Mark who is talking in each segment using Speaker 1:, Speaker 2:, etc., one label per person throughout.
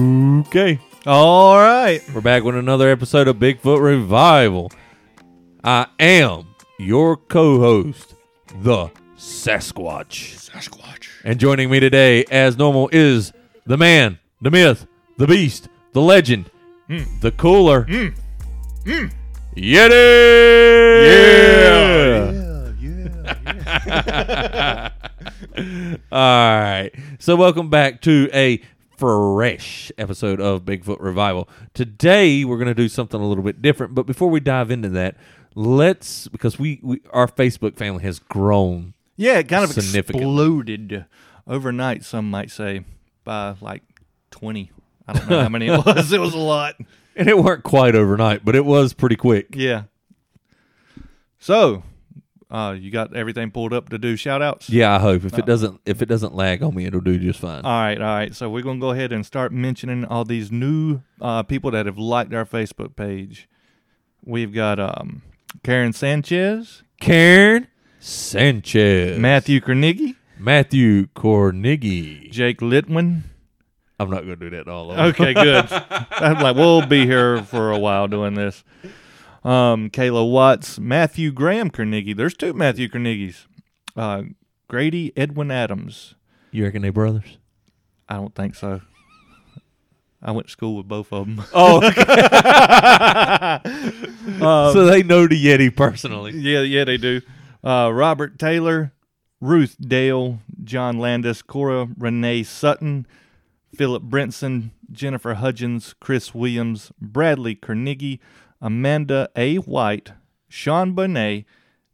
Speaker 1: Okay,
Speaker 2: All right.
Speaker 1: we're back with another episode of Bigfoot Revival. I am your co-host, the Sasquatch,
Speaker 2: Sasquatch.
Speaker 1: and joining me today, as normal, is the man, the myth, the beast, the legend,
Speaker 2: Hmm.
Speaker 1: the cooler, Yeti.
Speaker 2: Yeah, yeah.
Speaker 1: All right. So, welcome back to a fresh episode of Bigfoot Revival. Today, we're going to do something a little bit different. But before we dive into that, let's because we, we our Facebook family has grown.
Speaker 2: yeah, it kind of
Speaker 1: Significant.
Speaker 2: exploded overnight, some might say, by like 20. I don't know how many it was. It was a lot.
Speaker 1: And it weren't quite overnight, but it was pretty quick.
Speaker 2: Yeah. So, uh, you got everything pulled up to do shout outs?
Speaker 1: Yeah, I hope if it doesn't if it doesn't lag on me, it'll do just fine.
Speaker 2: All right, all right. So we're gonna go ahead and start mentioning all these new uh, people that have liked our Facebook page. We've got um, Karen Sanchez,
Speaker 1: Karen Sanchez,
Speaker 2: Matthew Carnegie,
Speaker 1: Matthew Corniggy.
Speaker 2: Jake Litwin.
Speaker 1: I'm not going to do that all over.
Speaker 2: Okay, good. I'm like, we'll be here for a while doing this. Um, Kayla Watts, Matthew Graham Carnegie. There's two Matthew Carnegies. Uh, Grady Edwin Adams.
Speaker 1: You reckon they brothers?
Speaker 2: I don't think so. I went to school with both of them.
Speaker 1: Oh, so they know the Yeti personally.
Speaker 2: Yeah, yeah, they do. Uh, Robert Taylor, Ruth Dale, John Landis, Cora Renee Sutton, Philip Brinson, Jennifer Hudgens, Chris Williams, Bradley Carnegie, Amanda A. White, Sean Bonet,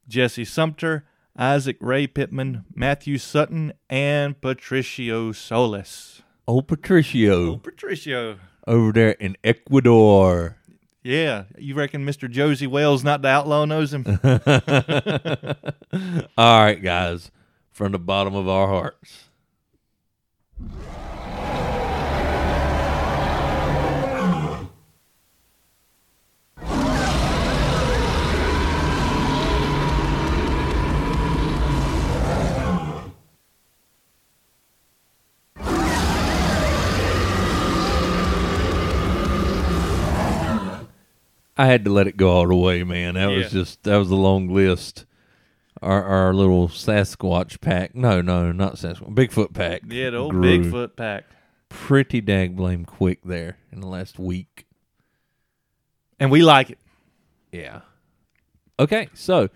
Speaker 2: Jesse Sumter, Isaac Ray Pittman, Matthew Sutton, and Patricio Solis.
Speaker 1: Old Patricio
Speaker 2: Patricio.
Speaker 1: over there in Ecuador.
Speaker 2: Yeah, you reckon Mr. Josie Wells, not the outlaw, knows him?
Speaker 1: All right, guys, from the bottom of our hearts. I had to let it go all the way, man. That was
Speaker 2: Yeah.
Speaker 1: just that was a long list. Our our little Sasquatch pack. No, no, not Sasquatch. Bigfoot pack.
Speaker 2: yeah, the old
Speaker 1: grew
Speaker 2: Bigfoot pack.
Speaker 1: Pretty dag blame quick there in the last week.
Speaker 2: And we like it.
Speaker 1: Yeah. Okay, so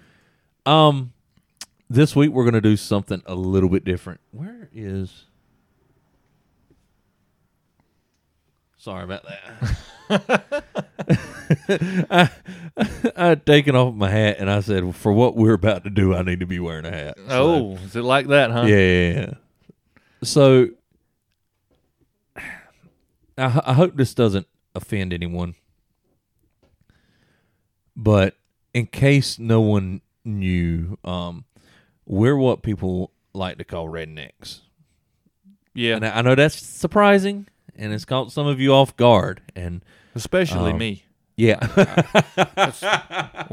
Speaker 1: um this week we're gonna do something a little bit different. Where is Sorry about that. I, I'd taken off my hat and I said, for what we're about to do, I need to be wearing a hat. So-
Speaker 2: Oh, is it like that, huh?
Speaker 1: yeah, yeah, yeah. So I, ho- I hope this doesn't offend anyone, but in case no one knew, um, we're what people like to call rednecks.
Speaker 2: Yeah,
Speaker 1: And I I know that's surprising, and it's caught some of you off guard. And
Speaker 2: especially
Speaker 1: Oh.
Speaker 2: me.
Speaker 1: yeah,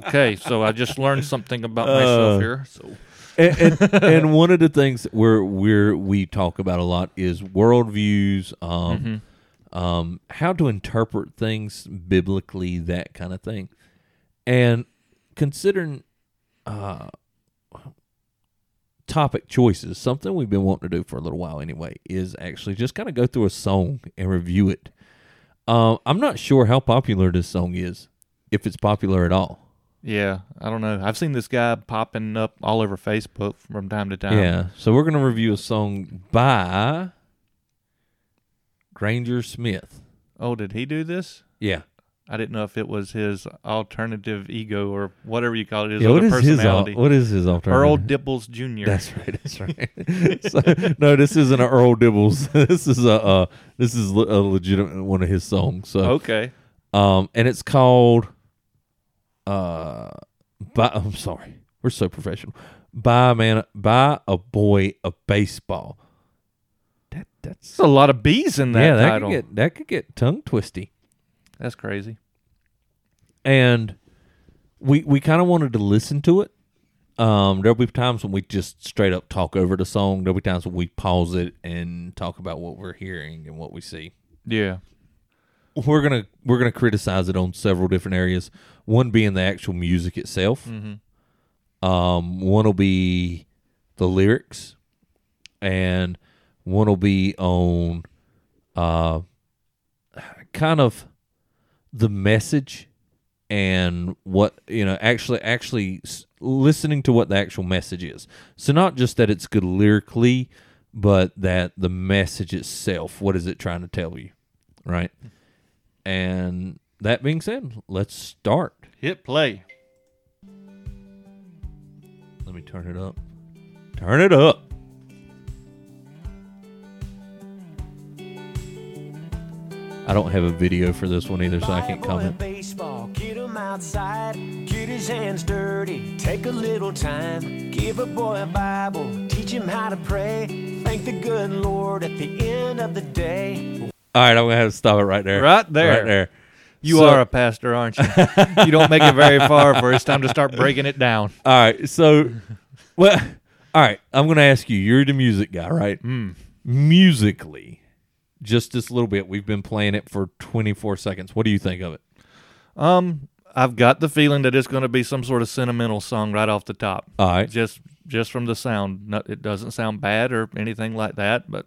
Speaker 2: Okay, so I just learned something about
Speaker 1: Uh.
Speaker 2: myself here. So
Speaker 1: and, and, and one of the things that we're we're we talk about a lot is worldviews, um, um, how to interpret things biblically, that kind of thing. And considering uh, topic choices, something we've been wanting to do for a little while anyway, is actually just kind of go through a song and review it. Um, I'm not sure how popular this song is, if it's popular at all.
Speaker 2: yeah, I don't know. I've seen this guy popping up all over Facebook from time to time.
Speaker 1: Yeah. So we're gonna review a song by Granger Smith.
Speaker 2: Oh, did he do this?
Speaker 1: Yeah.
Speaker 2: I didn't know if it was his alternative ego or whatever you call it, his
Speaker 1: yeah
Speaker 2: other
Speaker 1: what is his al-
Speaker 2: personality.
Speaker 1: what is his alternative?
Speaker 2: Earl Dibbles Jr.
Speaker 1: That's right. That's right. so, no, this isn't an Earl Dibbles. this is a uh, this is le- a legitimate one of his songs. So
Speaker 2: okay.
Speaker 1: Um, and it's called uh, by, I'm sorry, we're so professional. Buy a man, buy a boy a baseball. That that's
Speaker 2: There's a lot of bees in that
Speaker 1: yeah, that
Speaker 2: title.
Speaker 1: could get that could get tongue twisty.
Speaker 2: That's crazy.
Speaker 1: and we we kind of wanted to listen to it. Um, there'll be times when we just straight up talk over the song. There'll be times when we pause it and talk about what we're hearing and what we see.
Speaker 2: Yeah.
Speaker 1: we're gonna we're gonna criticize it on several different areas. One being the actual music itself. Um, one will be the lyrics, and one will be on uh, kind of the message and what you know actually actually s- listening to what the actual message is so not just that it's good lyrically but that the message itself what is it trying to tell you right and that being said let's start
Speaker 2: Hit play.
Speaker 1: let me turn it up turn it up i don't have a video for this one either so i can't
Speaker 3: Bible and
Speaker 1: comment
Speaker 3: Baseball, get 'em outside, get his hands dirty, take a little time. Give a boy a Bible, teach him how to pray. Thank the good Lord at the end of the day.
Speaker 1: all right i'm gonna have to stop it right there
Speaker 2: Right there.
Speaker 1: right there
Speaker 2: You
Speaker 1: So-
Speaker 2: are a pastor, aren't you? you don't make it very far for it's time to start breaking it down.
Speaker 1: All right, so well, all right. I'm gonna ask you. You're the music guy, right?
Speaker 2: Hmm.
Speaker 1: Musically, just this little bit. We've been playing it for 24 seconds. What do you think of it?
Speaker 2: Um, I've got the feeling that it's going to be some sort of sentimental song right off the top.
Speaker 1: All right.
Speaker 2: Just just from the sound, No- it doesn't sound bad or anything like that. But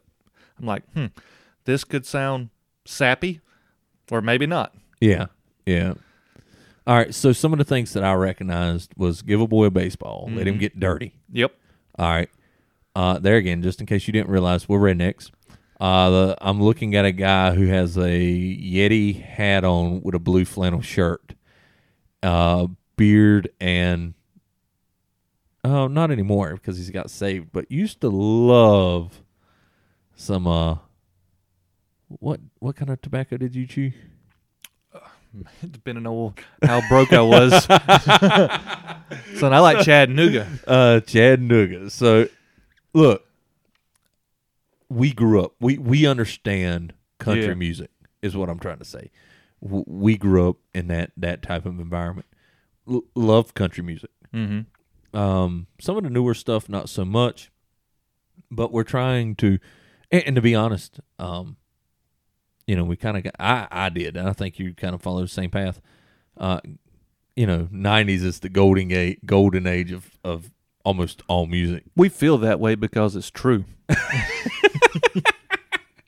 Speaker 2: I'm like, hmm, this could sound sappy, or maybe not.
Speaker 1: Yeah, yeah. All right. So some of the things that I recognized was give a boy a baseball, let him get dirty.
Speaker 2: Yep.
Speaker 1: All right. Uh, there again, just in case you didn't realize, we're rednecks. Uh, the, I'm looking at a guy who has a Yeti hat on with a blue flannel shirt, uh, beard, and oh, not anymore because he's got saved. But used to love some. Uh, what what kind of tobacco did you chew?
Speaker 2: Depending on how broke I was. Son, I like Chattanooga.
Speaker 1: uh, Chattanooga. So, look, we grew up. We we understand country
Speaker 2: Yeah.
Speaker 1: music is what I'm trying to say. W- We grew up in that that type of environment. L- love country music.
Speaker 2: Mm-hmm.
Speaker 1: Um, some of the newer stuff, not so much. But we're trying to, and, and to be honest, um, you know, we kind of got. I I did, and I think you kind of follow the same path. Uh, you know, '90s is the golden age, golden age of of almost all music.
Speaker 2: We feel that way because it's true.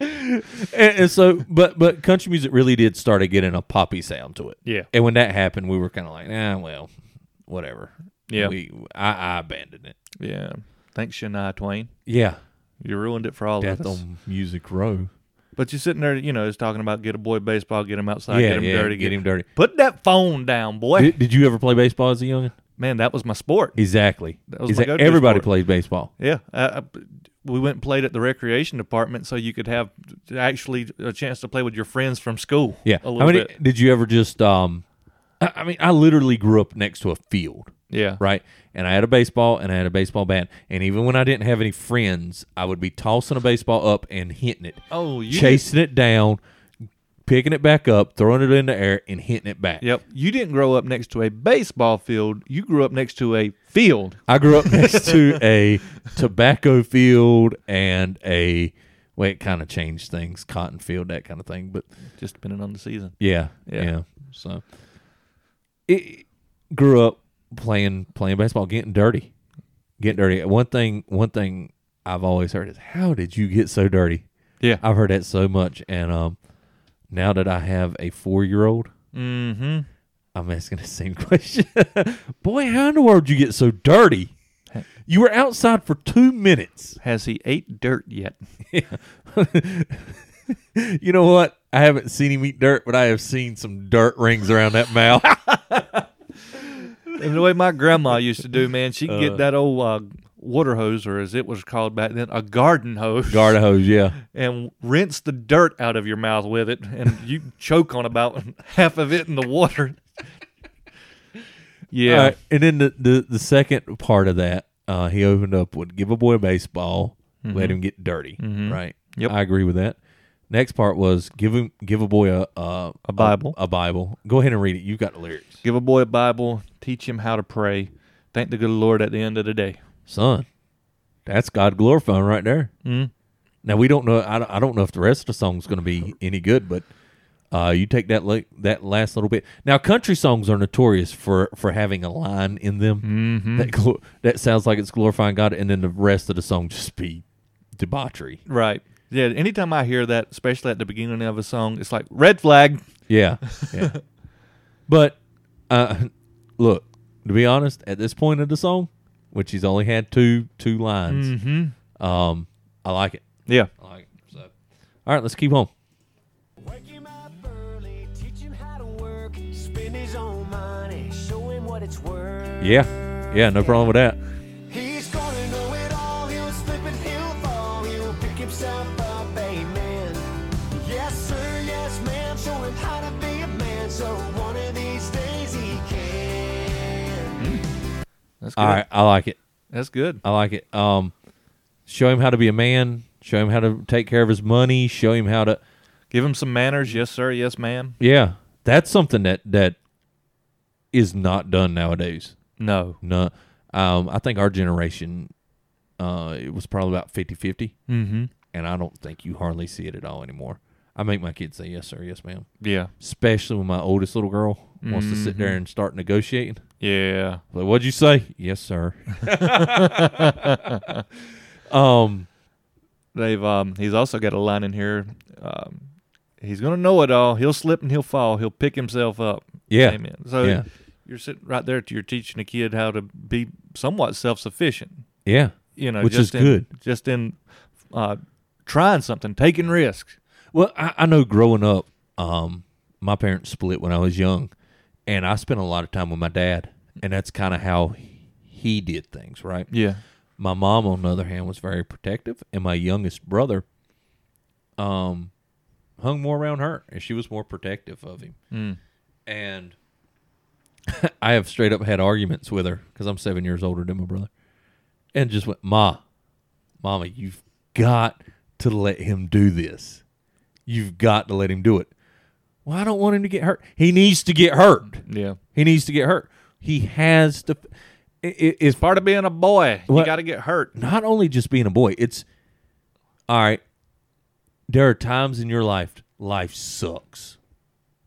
Speaker 1: and, and so, but but country music really did start getting a poppy sound to it.
Speaker 2: Yeah.
Speaker 1: And when that happened, we were kind of like, ah, well, whatever.
Speaker 2: Yeah.
Speaker 1: We I, I abandoned it.
Speaker 2: Yeah. Thanks, Shania Twain.
Speaker 1: Yeah.
Speaker 2: You ruined it for all
Speaker 1: Death
Speaker 2: of us.
Speaker 1: on Music Row.
Speaker 2: But you're sitting there, you know, it's talking about get a boy baseball, get him outside,
Speaker 1: yeah,
Speaker 2: get him
Speaker 1: yeah,
Speaker 2: dirty,
Speaker 1: get, him dirty.
Speaker 2: Put that phone down, boy.
Speaker 1: Did, did you ever play baseball as a youngin?
Speaker 2: Man, that was my sport.
Speaker 1: Exactly.
Speaker 2: That was my
Speaker 1: Exact-
Speaker 2: go-to
Speaker 1: everybody
Speaker 2: sport.
Speaker 1: plays baseball.
Speaker 2: Yeah, I, I- we went and played at the recreation department, so you could have actually a chance to play with your friends from school.
Speaker 1: Yeah.
Speaker 2: a
Speaker 1: How
Speaker 2: little
Speaker 1: many
Speaker 2: bit.
Speaker 1: did you ever just um? I, I mean, I literally grew up next to a field.
Speaker 2: Yeah,
Speaker 1: right? And I had a baseball and I had a baseball bat. And even when I didn't have any friends, I would be tossing a baseball up and hitting it.
Speaker 2: Oh, you
Speaker 1: chasing it down, picking it back up, throwing it in the air, and hitting it back.
Speaker 2: Yep, you didn't grow up next to a baseball field. You grew up next to a field.
Speaker 1: I grew up next to a tobacco field and a well, it kind of changed things, cotton field, that kind of thing. But
Speaker 2: Just depending on the season.
Speaker 1: yeah, yeah.
Speaker 2: Yeah.
Speaker 1: So it grew up playing playing baseball, getting dirty, getting dirty. One thing, one thing I've always heard is, "How did you get so dirty?"
Speaker 2: Yeah.
Speaker 1: I've heard that so much, and um, now that I have a four year old,
Speaker 2: Mm-hmm.
Speaker 1: I'm asking the same question. Boy, how in the world did you get so dirty? You were outside for two minutes.
Speaker 2: Has he ate dirt yet?
Speaker 1: You know what? I haven't seen him eat dirt, but I have seen some dirt rings around that mouth.
Speaker 2: And the way my grandma used to do, man, she'd get that old uh, water hose, or as it was called back then, a garden hose,
Speaker 1: Garden hose, yeah.
Speaker 2: and rinse the dirt out of your mouth with it, and you choke on about half of it in the water. Yeah,
Speaker 1: All right, And then the, the, the second part of that, uh, he opened up with give a boy a baseball, let him get dirty. Right.
Speaker 2: Mm-hmm. Yep.
Speaker 1: I agree with that. Next part was give him give a boy a a,
Speaker 2: A Bible.
Speaker 1: A, Bible. Go ahead and read it. You've got the lyrics.
Speaker 2: Uh, give a boy a Bible, teach him how to pray. Thank the good Lord at the end of the day.
Speaker 1: Son. That's God glorifying right there.
Speaker 2: Mm.
Speaker 1: Now we don't know I, don't- I don't know if the rest of the song's going to be any good, but Uh, you take that li- that last little bit. Now, country songs are notorious for, for having a line in them that glo- that sounds like it's glorifying God, and then the rest of the song just be debauchery.
Speaker 2: Right. Yeah. Anytime I hear that, especially at the beginning of a song, it's like red flag.
Speaker 1: Yeah, yeah. but uh, look, to be honest, at this point of the song, which he's only had two two lines, um, I like it.
Speaker 2: Yeah.
Speaker 1: I like it. So, all right, let's keep on.
Speaker 3: Wake him up early, teach him how to work, spend his own money, show him what it's worth.
Speaker 1: Yeah, yeah, no problem with that.
Speaker 3: He's gonna know it all, he'll slip and he'll fall, he'll pick himself up, amen. Yes, sir, yes, ma'am, show him how to be a man, so one of these days he can.
Speaker 2: That's good.
Speaker 1: All right, I like it.
Speaker 2: That's good.
Speaker 1: I like it. Um, show him how to be a man. Show him how to take care of his money. Show him how to.
Speaker 2: Give him some manners. Yes, sir. Yes, ma'am.
Speaker 1: Yeah, that's something that that is not done nowadays.
Speaker 2: No.
Speaker 1: No, um, I think our generation, uh, it was probably about 50-50.
Speaker 2: Mm-hmm.
Speaker 1: and I don't think you hardly see it at all anymore. I make my kids say yes sir, yes ma'am,
Speaker 2: Yeah.
Speaker 1: especially when my oldest little girl wants to sit there and start negotiating.
Speaker 2: Yeah.
Speaker 1: Like, what'd you say? Yes sir. um.
Speaker 2: They've um. He's also got a line in here. Um, he's gonna know it all. He'll slip and he'll fall. He'll pick himself up.
Speaker 1: Yeah.
Speaker 2: Amen. So
Speaker 1: Yeah.
Speaker 2: you're sitting right there. You're teaching a kid how to be somewhat self-sufficient.
Speaker 1: Yeah.
Speaker 2: You know,
Speaker 1: Which
Speaker 2: just
Speaker 1: is
Speaker 2: in,
Speaker 1: good.
Speaker 2: Just in uh, trying something, taking risks.
Speaker 1: Well, I, I know growing up, um, my parents split when I was young, and I spent a lot of time with my dad, and that's kind of how he did things, right?
Speaker 2: Yeah.
Speaker 1: My mom, on the other hand, was very protective, and my youngest brother, um, hung more around her, and she was more protective of him. And I have straight up had arguments with her because I'm seven years older than my brother, and just went, "Ma, Mama, you've got to let him do this. You've got to let him do it." Well, I don't want him to get hurt. He needs to get hurt.
Speaker 2: Yeah.
Speaker 1: He needs to get hurt. He has to. i- i- It's
Speaker 2: Part of being a boy,
Speaker 1: What-
Speaker 2: you got to get hurt.
Speaker 1: not only just being a boy, it's all right. There are times in your life life sucks.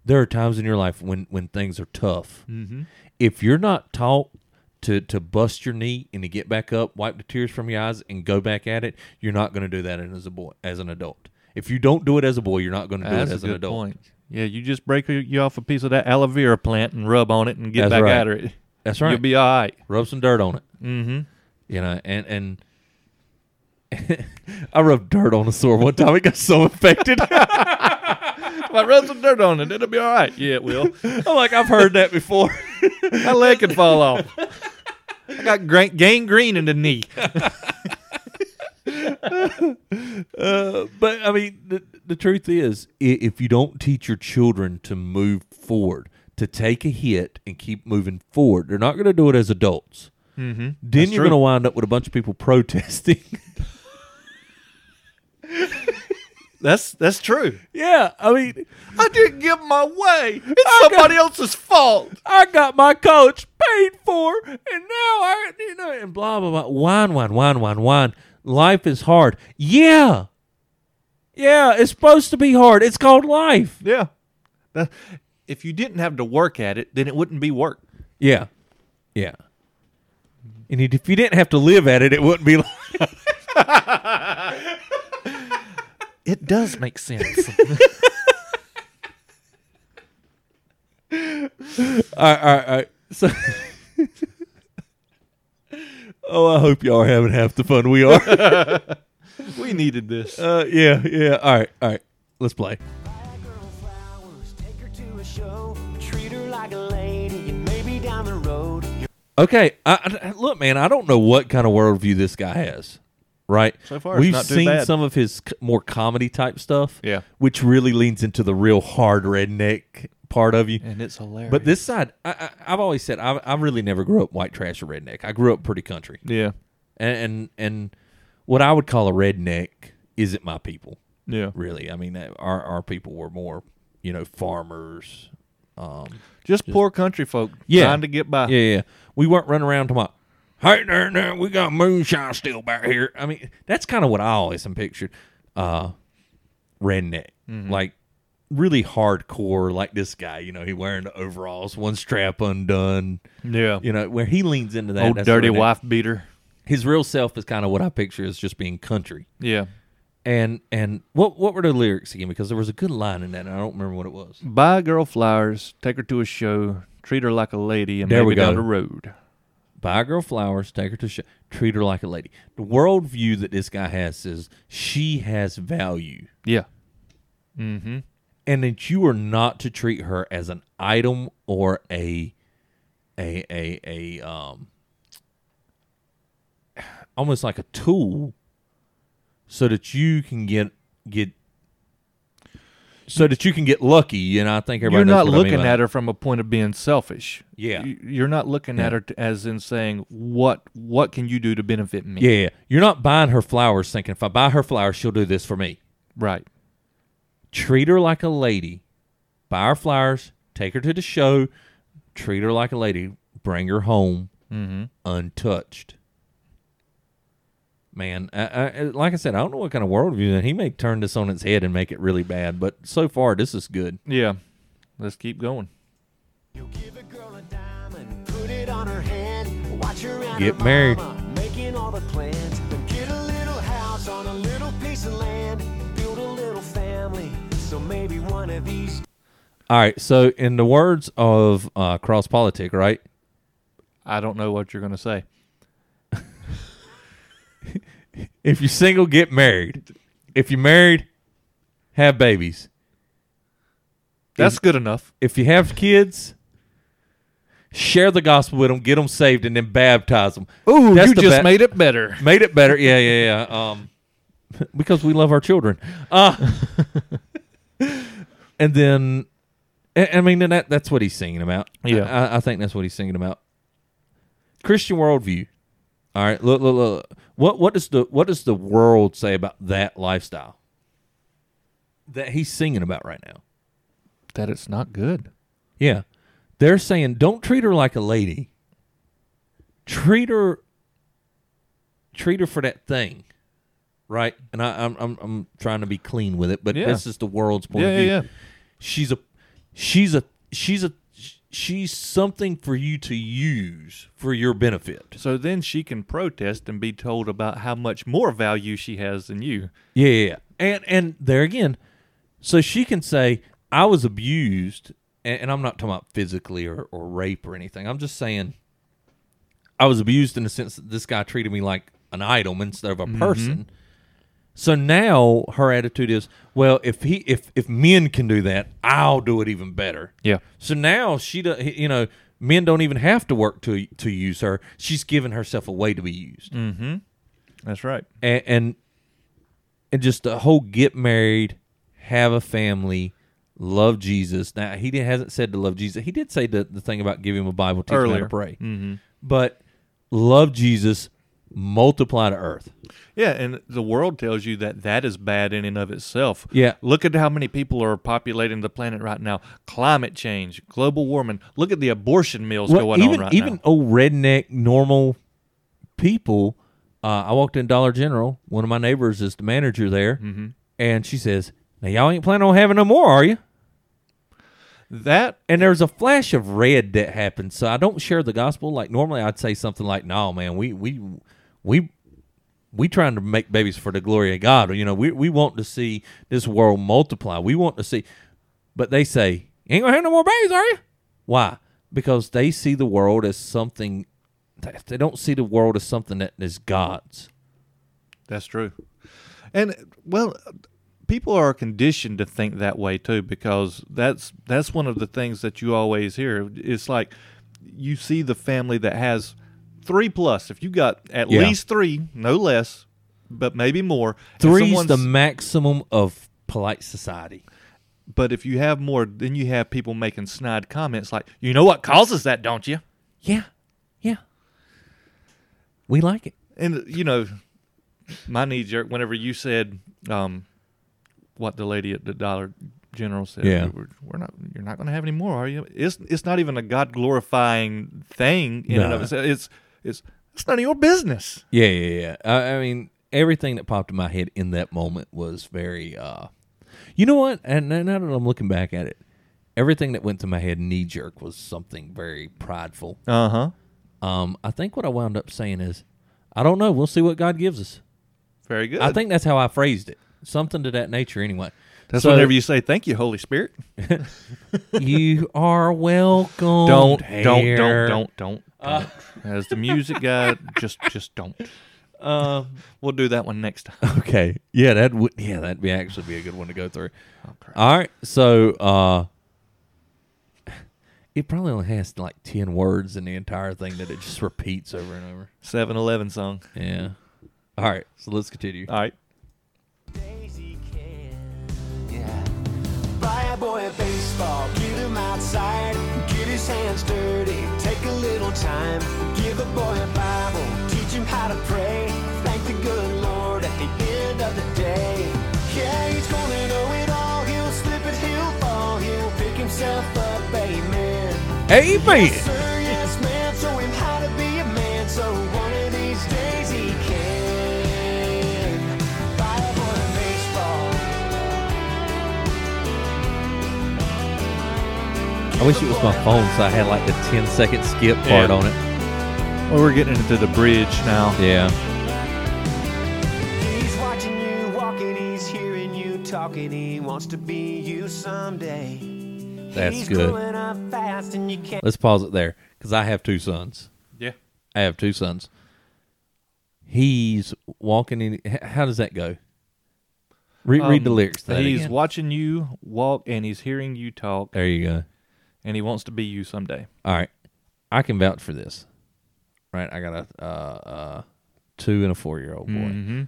Speaker 1: There are times in your life when when things are tough. Mm-hmm. If you're not taught to to bust your knee and to get back up, wipe the tears from your eyes, and go back at it, you're not going to do that as a boy as an adult. If you don't do it as a boy, you're not going to do
Speaker 2: That's
Speaker 1: it as
Speaker 2: a
Speaker 1: an
Speaker 2: good
Speaker 1: adult.
Speaker 2: point. Yeah, you just break a- you off a piece of that aloe vera plant and rub on it and get
Speaker 1: That's
Speaker 2: back
Speaker 1: right.
Speaker 2: at it.
Speaker 1: That's right.
Speaker 2: You'll be all right.
Speaker 1: rub some dirt on it. Mm-hmm. You know, and and I rubbed dirt on a sore one time. It got so infected.
Speaker 2: If I rub some dirt on it, it'll be all right. Yeah, it will.
Speaker 1: I'm like, I've heard that before.
Speaker 2: My leg could fall off. I got gra- gangrene in the knee.
Speaker 1: Uh, but I mean, the, the truth is, i- if you don't teach your children to move forward, to take a hit and keep moving forward, they're not going to do it as adults. Mm-hmm. Then you're
Speaker 2: true.
Speaker 1: going to wind up with a bunch of people protesting.
Speaker 2: That's that's true.
Speaker 1: yeah, I mean,
Speaker 2: I didn't give my way. It's somebody else's fault.
Speaker 1: I got my college paid for, and now I, you know, and blah blah blah. Wine, wine, wine, wine, wine. Life is hard. Yeah, yeah, it's supposed to be hard. It's called life.
Speaker 2: Yeah. That- If you didn't have to work at it, then it wouldn't be work.
Speaker 1: Yeah, yeah. And if if you didn't have to live at it, it wouldn't be. like
Speaker 2: It does make sense.
Speaker 1: All right, all right, all right. So, oh, I hope y'all are having half the fun we are.
Speaker 2: we needed this.
Speaker 1: uh, yeah, yeah. All right, all right. Let's play.
Speaker 3: Buy a girl flowers, take her to a show, treat her like a lady, and maybe down the road.
Speaker 1: Okay, I, I- look, man, I don't know what kind of worldview this guy has, right?
Speaker 2: So far, it's
Speaker 1: we've
Speaker 2: not too
Speaker 1: seen
Speaker 2: bad.
Speaker 1: some of his c- more comedy type stuff,
Speaker 2: Yeah.
Speaker 1: which really leans into the real hard redneck part of you.
Speaker 2: and it's hilarious.
Speaker 1: But this side, I, I, I've always said, I, I really never grew up white trash or redneck. I grew up pretty country,
Speaker 2: Yeah.
Speaker 1: and and, and what I would call a redneck isn't my people,
Speaker 2: Yeah.
Speaker 1: really. I mean, that- our our people were more, you know, farmers. Um,
Speaker 2: Just, poor country folk
Speaker 1: Yeah.
Speaker 2: trying to get by.
Speaker 1: Yeah, yeah. We weren't running around tomorrow. Hey there, there, we got moonshine still back here. I mean, that's kind of what I always am pictured. Uh redneck. Like really hardcore like this guy. You know, he wearing the overalls, one strap undone.
Speaker 2: Yeah.
Speaker 1: You know, where he leans into that.
Speaker 2: Old
Speaker 1: that's
Speaker 2: dirty
Speaker 1: what it-
Speaker 2: wife beater.
Speaker 1: His real self is kind of what I picture as just being country.
Speaker 2: Yeah.
Speaker 1: And and what what were the lyrics again? Because there was a good line in that, and I don't remember what it was.
Speaker 2: Buy a girl flowers, take her to a show, treat her like a lady, and
Speaker 1: There
Speaker 2: maybe
Speaker 1: we
Speaker 2: down
Speaker 1: go.
Speaker 2: the road.
Speaker 1: Buy a girl flowers, take her to show, treat her like a lady. The worldview that this guy has is she has value,
Speaker 2: Yeah.
Speaker 1: and that you are not to treat her as an item or a a a a um almost like a tool, so that you can get get so that you can get lucky. And I think everybody
Speaker 2: You're
Speaker 1: knows
Speaker 2: not
Speaker 1: what I mean
Speaker 2: looking
Speaker 1: by that.
Speaker 2: at her from a point of being selfish.
Speaker 1: Yeah.
Speaker 2: You- You're not looking
Speaker 1: Yeah.
Speaker 2: at her t- as in saying, what what can you do to benefit me?
Speaker 1: Yeah, yeah. You're not buying her flowers thinking if I buy her flowers, she'll do this for me.
Speaker 2: Right.
Speaker 1: Treat her like a lady. Buy her flowers, take her to the show, treat her like a lady, bring her home untouched. Man, I, I, I- like I said, I don't know what kind of worldview, and he may turn this on its head and make it really bad, but so far, this is good.
Speaker 2: Yeah. Let's keep going.
Speaker 3: You give a girl a diamond, put it on her hand, watch her and
Speaker 1: Get
Speaker 3: her
Speaker 1: married.
Speaker 3: mama making all the plans. Then get a little house on a little piece of land, build a little family. So maybe one of these
Speaker 1: All right, so in the words of uh, Cross Politic, right?
Speaker 2: I don't know what you're going to say.
Speaker 1: If you're single, get married. If you're married, have babies.
Speaker 2: That's good enough.
Speaker 1: if you have kids, share the gospel with them, get them saved, and then baptize them.
Speaker 2: Ooh,
Speaker 1: That's
Speaker 2: you
Speaker 1: the
Speaker 2: just
Speaker 1: ba-
Speaker 2: made it better.
Speaker 1: made it better. Yeah, yeah, yeah. Um, because we love our children. Uh, and then, I I mean, and that that's what he's singing about.
Speaker 2: Yeah.
Speaker 1: I, I think that's what he's singing about. Christian worldview. All right, look, look, look. What what does the what does the world say about that lifestyle that he's singing about right now?
Speaker 2: That it's not good.
Speaker 1: Yeah. They're saying don't treat her like a lady. Treat her treat her for that thing. Right? And I, I'm I'm I'm trying to be clean with it, but
Speaker 2: Yeah.
Speaker 1: this is the world's point
Speaker 2: Yeah,
Speaker 1: of view.
Speaker 2: yeah, yeah.
Speaker 1: She's a she's a she's a she's something for you to use for your benefit.
Speaker 2: So then she can protest and be told about how much more value she has than you.
Speaker 1: Yeah, yeah, yeah. And and there again, so she can say, I was abused and, and I'm not talking about physically or, or rape or anything. I'm just saying I was abused in the sense that this guy treated me like an item instead of a person. So now her attitude is, well, if he if if men can do that, I'll do it even better.
Speaker 2: Yeah.
Speaker 1: So now she do, you know, men don't even have to work to to use her. She's given herself away to be used
Speaker 2: That's right.
Speaker 1: and and, and just the whole get married, have a family, love Jesus. Now he did, hasn't said to love Jesus. He did say the, the thing about give him a Bible, teach him how
Speaker 2: Earlier. Mm-hmm.
Speaker 1: to pray. But love Jesus, multiply to earth.
Speaker 2: Yeah, and the world tells you that that is bad in and of itself.
Speaker 1: Yeah.
Speaker 2: Look at how many people are populating the planet right now. Climate change, global warming. Look at the abortion mills going
Speaker 1: even
Speaker 2: on right
Speaker 1: even
Speaker 2: now.
Speaker 1: old redneck normal people. Uh, I walked in Dollar General. One of my neighbors is the manager there,
Speaker 2: Mm-hmm.
Speaker 1: and she says, "Now y'all ain't planning on having no more, are you?"
Speaker 2: That
Speaker 1: and there's a flash of red that happens. So I don't share the gospel. Like normally, I'd say something like, "No, man, we we we we trying to make babies for the glory of God. Or, you know, we we want to see this world multiply. We want to see." But they say, "You "Ain't gonna have no more babies, are you?" Why? Because they see the world as something. they- They don't see the world as something that is God's.
Speaker 2: that's true. And well, people are conditioned to think that way too because that's that's one of the things that you always hear. It's like you see the family that has three plus. If you got at
Speaker 1: Yeah.
Speaker 2: least three, no less, but maybe more. and
Speaker 1: Three's the
Speaker 2: someone's-
Speaker 1: maximum of polite society.
Speaker 2: But if you have more, then you have people making snide comments like, you know what causes that, don't you?
Speaker 1: Yeah, yeah. We like it.
Speaker 2: And, you know, my knee jerk, whenever you said um, what the lady at the Dollar General said,
Speaker 1: Yeah.
Speaker 2: we're, we're not, you're not going to have any more, are you? It's, it's not even a God glorifying thing in and of
Speaker 1: No.
Speaker 2: itself. It's, it's, it's none of your business.
Speaker 1: Yeah, yeah, yeah. I, I mean, everything that popped in my head in that moment was very. uh You know what? And now now that I'm looking back at it, everything that went through my head knee jerk was something very prideful.
Speaker 2: Uh huh.
Speaker 1: Um, I think what I wound up saying is, I don't know. We'll see what God gives us.
Speaker 2: Very good.
Speaker 1: I think that's how I phrased it. Something to that nature, anyway.
Speaker 2: that's
Speaker 1: So,
Speaker 2: whenever you say thank you, Holy Spirit.
Speaker 1: you are welcome.
Speaker 2: Don't, don't,
Speaker 1: dear.
Speaker 2: don't, don't, don't. don't. As the music guy, just, just don't.
Speaker 1: Um,
Speaker 2: We'll do that one next time.
Speaker 1: okay. Yeah, that would. Yeah, that'd be actually be a good one to go through. All right. So, uh, it probably only has like ten words in the entire thing that it just repeats over and over.
Speaker 2: 7 Eleven song.
Speaker 1: Yeah. All right. So let's continue.
Speaker 2: All right.
Speaker 3: Daisy can. Yeah. Buy a boy a baseball, get him outside, get his hands dirty, take a little time, give a boy a Bible, teach him how to pray, thank the good Lord at the end of the day. Yeah, he's gonna know it all, he'll slip it, he'll fall, he'll pick himself up, amen.
Speaker 1: Amen.
Speaker 3: Yes, sir, yes, man, show him how to be a man, so one of these days he can. Buy a boy a baseball.
Speaker 1: I wish it was my phone, so I had like the 10 second skip part
Speaker 2: Yeah.
Speaker 1: on it.
Speaker 2: Well, we're getting into the bridge now.
Speaker 1: Yeah.
Speaker 3: He's watching you walking, he's hearing you talking, he wants to be you someday.
Speaker 1: That's
Speaker 3: he's
Speaker 1: good.
Speaker 3: growing up fast and you can't.
Speaker 1: Let's pause it there because I have two sons.
Speaker 2: Yeah.
Speaker 1: I have two sons. He's walking in. h- How does that go? Re- read the
Speaker 2: Um,
Speaker 1: lyrics. to that
Speaker 2: He's
Speaker 1: again.
Speaker 2: watching you walk and he's hearing you talk
Speaker 1: There you go.
Speaker 2: and he wants to be you someday.
Speaker 1: All right. I can vouch for this. Right. I got a uh, uh, two and a four year old boy.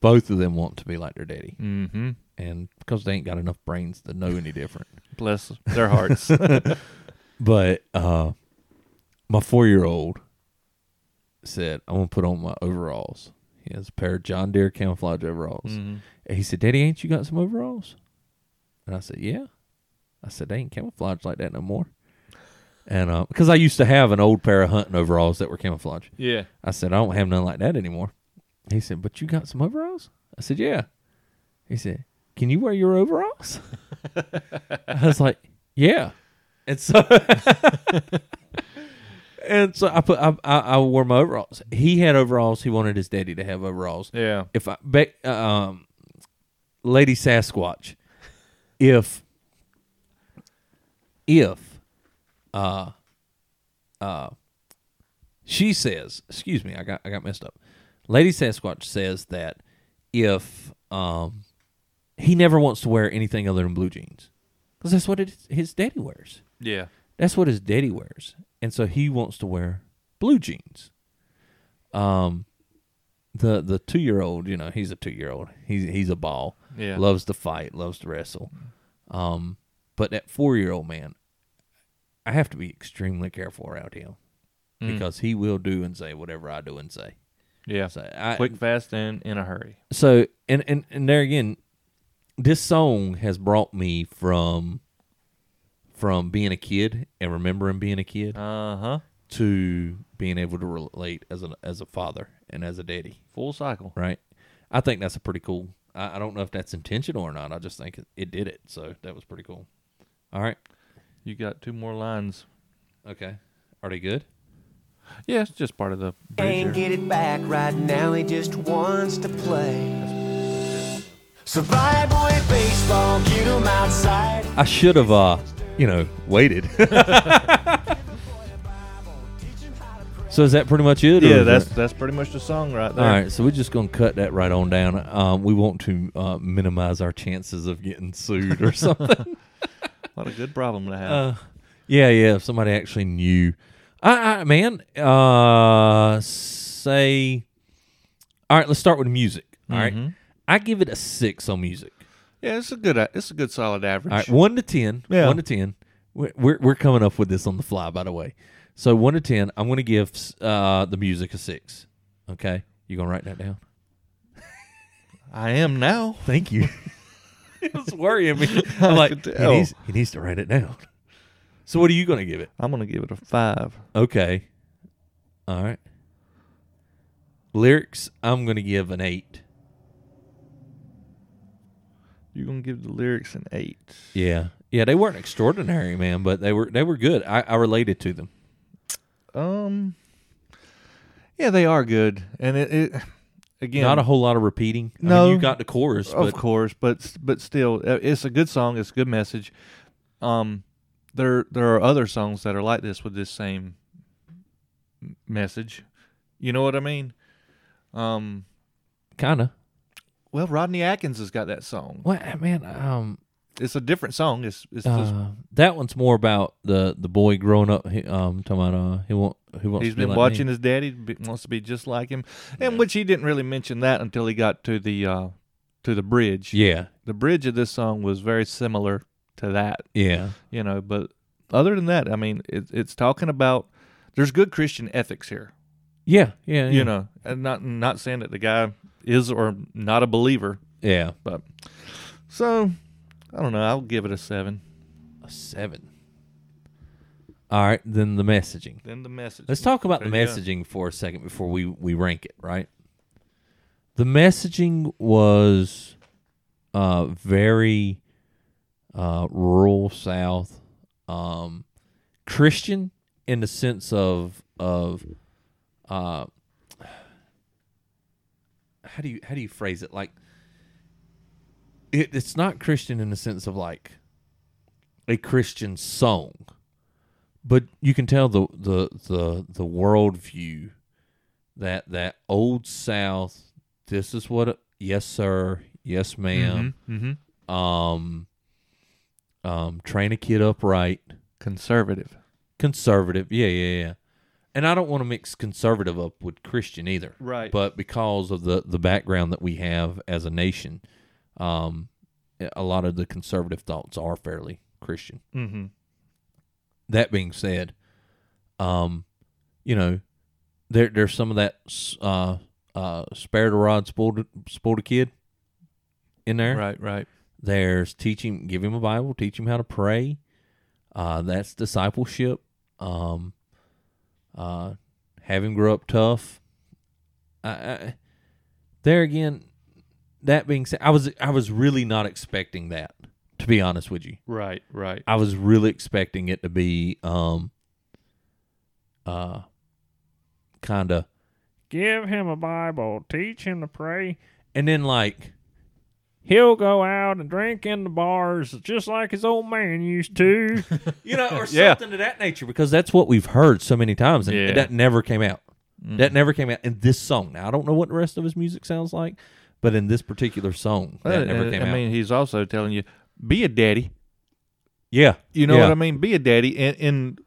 Speaker 1: Both of them want to be like their daddy.
Speaker 2: Mm-hmm.
Speaker 1: And because they ain't got enough brains to know any different.
Speaker 2: Bless their hearts.
Speaker 1: But uh, my four year old said, I'm going to put on my overalls. He has a pair of John Deere camouflage overalls. And he said, Daddy, ain't you got some overalls? And I said, Yeah. I said, They ain't camouflage like that no more. And uh, because I used to have an old pair of hunting overalls that were camouflage.
Speaker 2: yeah.
Speaker 1: I said, I don't have none like that anymore. He said, But you got some overalls? I said, Yeah. He said, Can you wear your overalls? I was like, Yeah. And so And so I put I, I, I wore my overalls. He had overalls. He wanted his daddy to have overalls.
Speaker 2: Yeah.
Speaker 1: If I be, um Lady Sasquatch, if if uh uh she says, excuse me, I got I got messed up. Lady Sasquatch says that if um he never wants to wear anything other than blue jeans because that's what it, his daddy wears.
Speaker 2: Yeah.
Speaker 1: That's what his daddy wears, and so he wants to wear blue jeans. Um, the the two year old, you know, he's a two year old. He's he's a ball.
Speaker 2: Yeah.
Speaker 1: loves to fight, loves to wrestle. Um, but that four year old man, I have to be extremely careful around him because he will do and say whatever I do and say.
Speaker 2: Yeah.
Speaker 1: So I,
Speaker 2: Quick, fast, and in a hurry.
Speaker 1: so and, and and there again this song has brought me from from being a kid and remembering being a kid
Speaker 2: Uh huh.
Speaker 1: to being able to relate as a as a father and as a daddy
Speaker 2: Full cycle.
Speaker 1: right i think that's a pretty cool i, I don't know if that's intentional or not i just think it, it did it so that was pretty cool all right
Speaker 2: You got two more lines.
Speaker 1: okay are they good
Speaker 2: Yeah, it's just part of the bridge.
Speaker 3: Can't
Speaker 2: here.
Speaker 3: get it back right now, he just wants to play. So buy a boy a baseball, get him outside.
Speaker 1: i should have uh you know waited so is that pretty much it or
Speaker 2: Yeah,
Speaker 1: is
Speaker 2: that's
Speaker 1: there-
Speaker 2: that's pretty much the song right there.
Speaker 1: All right, so we're just gonna cut that right on down. Um, we want to uh, minimize our chances of getting sued or something.
Speaker 2: What a good problem to have.
Speaker 1: Uh, yeah, yeah. If somebody actually knew, I, I man, uh, say, all right. Let's start with music. All right, I give it a six on music.
Speaker 2: yeah, it's a good uh, it's a good solid average.
Speaker 1: All right, one to ten.
Speaker 2: Yeah.
Speaker 1: One to ten. We're, we're we're coming up with this on the fly, by the way. So one to ten, I'm gonna give uh, the music a six. Okay, you gonna write that down?
Speaker 2: I am now.
Speaker 1: Thank you. it was worrying me. I'm like,
Speaker 2: could
Speaker 1: he
Speaker 2: tell.
Speaker 1: needs, he needs to write it down. So what are you going to give it?
Speaker 2: I'm gonna give it a five.
Speaker 1: Okay. All right. Lyrics, I'm going to give an eight.
Speaker 2: You're gonna give the lyrics an eight.
Speaker 1: Yeah, yeah, they weren't extraordinary, man, but they were they were good. I, I related to them.
Speaker 2: Um, yeah, they are good, and it, it again
Speaker 1: Not a whole lot of repeating. I mean,
Speaker 2: No.
Speaker 1: you got the chorus,
Speaker 2: of
Speaker 1: but
Speaker 2: course, but but still, uh, it's a good song. It's a good message. Um, there there are other songs that are like this with this same m- message. You know what I mean? Um,
Speaker 1: kind of.
Speaker 2: well, Rodney Atkins has got that song.
Speaker 1: Well, man, um,
Speaker 2: It's a different song. It's it's just,
Speaker 1: uh, that one's more about the the boy growing up. He, um, talking about uh, he want he wants.
Speaker 2: he's
Speaker 1: to be
Speaker 2: been
Speaker 1: like
Speaker 2: watching
Speaker 1: Me.
Speaker 2: his daddy b- wants to be just like him, and which he didn't really mention that until he got to the uh, to the bridge.
Speaker 1: Yeah,
Speaker 2: The bridge of this song was very similar to that.
Speaker 1: yeah,
Speaker 2: you know but other than that i mean it, it's talking about there's good christian ethics here
Speaker 1: yeah, yeah. yeah.
Speaker 2: you know and not not saying that the guy is or not a believer
Speaker 1: yeah,
Speaker 2: but so i don't know i'll give it a seven
Speaker 1: a seven. All right, then the messaging.
Speaker 2: then the message
Speaker 1: Let's talk about the
Speaker 2: There you go.
Speaker 1: messaging for a second before we, we rank it, right? The messaging was uh, very uh, rural South um, Christian in the sense of of uh, how do you how do you phrase it? Like it, it's not Christian in the sense of like a Christian song but you can tell the the the the worldview that that old South. This is what a, yes sir, yes ma'am.
Speaker 2: mm-hmm.
Speaker 1: Um, um, train a kid up right,
Speaker 2: conservative
Speaker 1: conservative. Yeah, yeah, yeah. And I don't want to mix conservative up with Christian either.
Speaker 2: Right.
Speaker 1: But because of the the background that we have as a nation, um, a lot of the conservative thoughts are fairly Christian
Speaker 2: mm-hmm.
Speaker 1: that being said, um, you know, there there's some of that s- uh uh spare the rod, spoil the, spoil the kid in there.
Speaker 2: right right
Speaker 1: There's teach him, give him a Bible, teach him how to pray. Uh, that's discipleship. Um, uh, have him grow up tough. I, I, there again, that being said, I was I was really not expecting that. To be honest with you,
Speaker 2: right right
Speaker 1: I was really expecting it to be um uh kind of
Speaker 4: Give him a Bible, teach him to pray.
Speaker 1: and then like
Speaker 4: He'll go out and drink in the bars just like his old man used to.
Speaker 1: you know or
Speaker 2: Yeah.
Speaker 1: something to that nature because that's what we've heard so many times and
Speaker 2: Yeah. Mm.
Speaker 1: that never came out. That never came out in this song. Now I don't know what the rest of his music sounds like, but in this particular song that
Speaker 2: Uh,
Speaker 1: never came
Speaker 2: i
Speaker 1: out.
Speaker 2: mean he's also telling you be a daddy
Speaker 1: yeah.
Speaker 2: You know
Speaker 1: yeah.
Speaker 2: what I mean? Be a daddy, and, and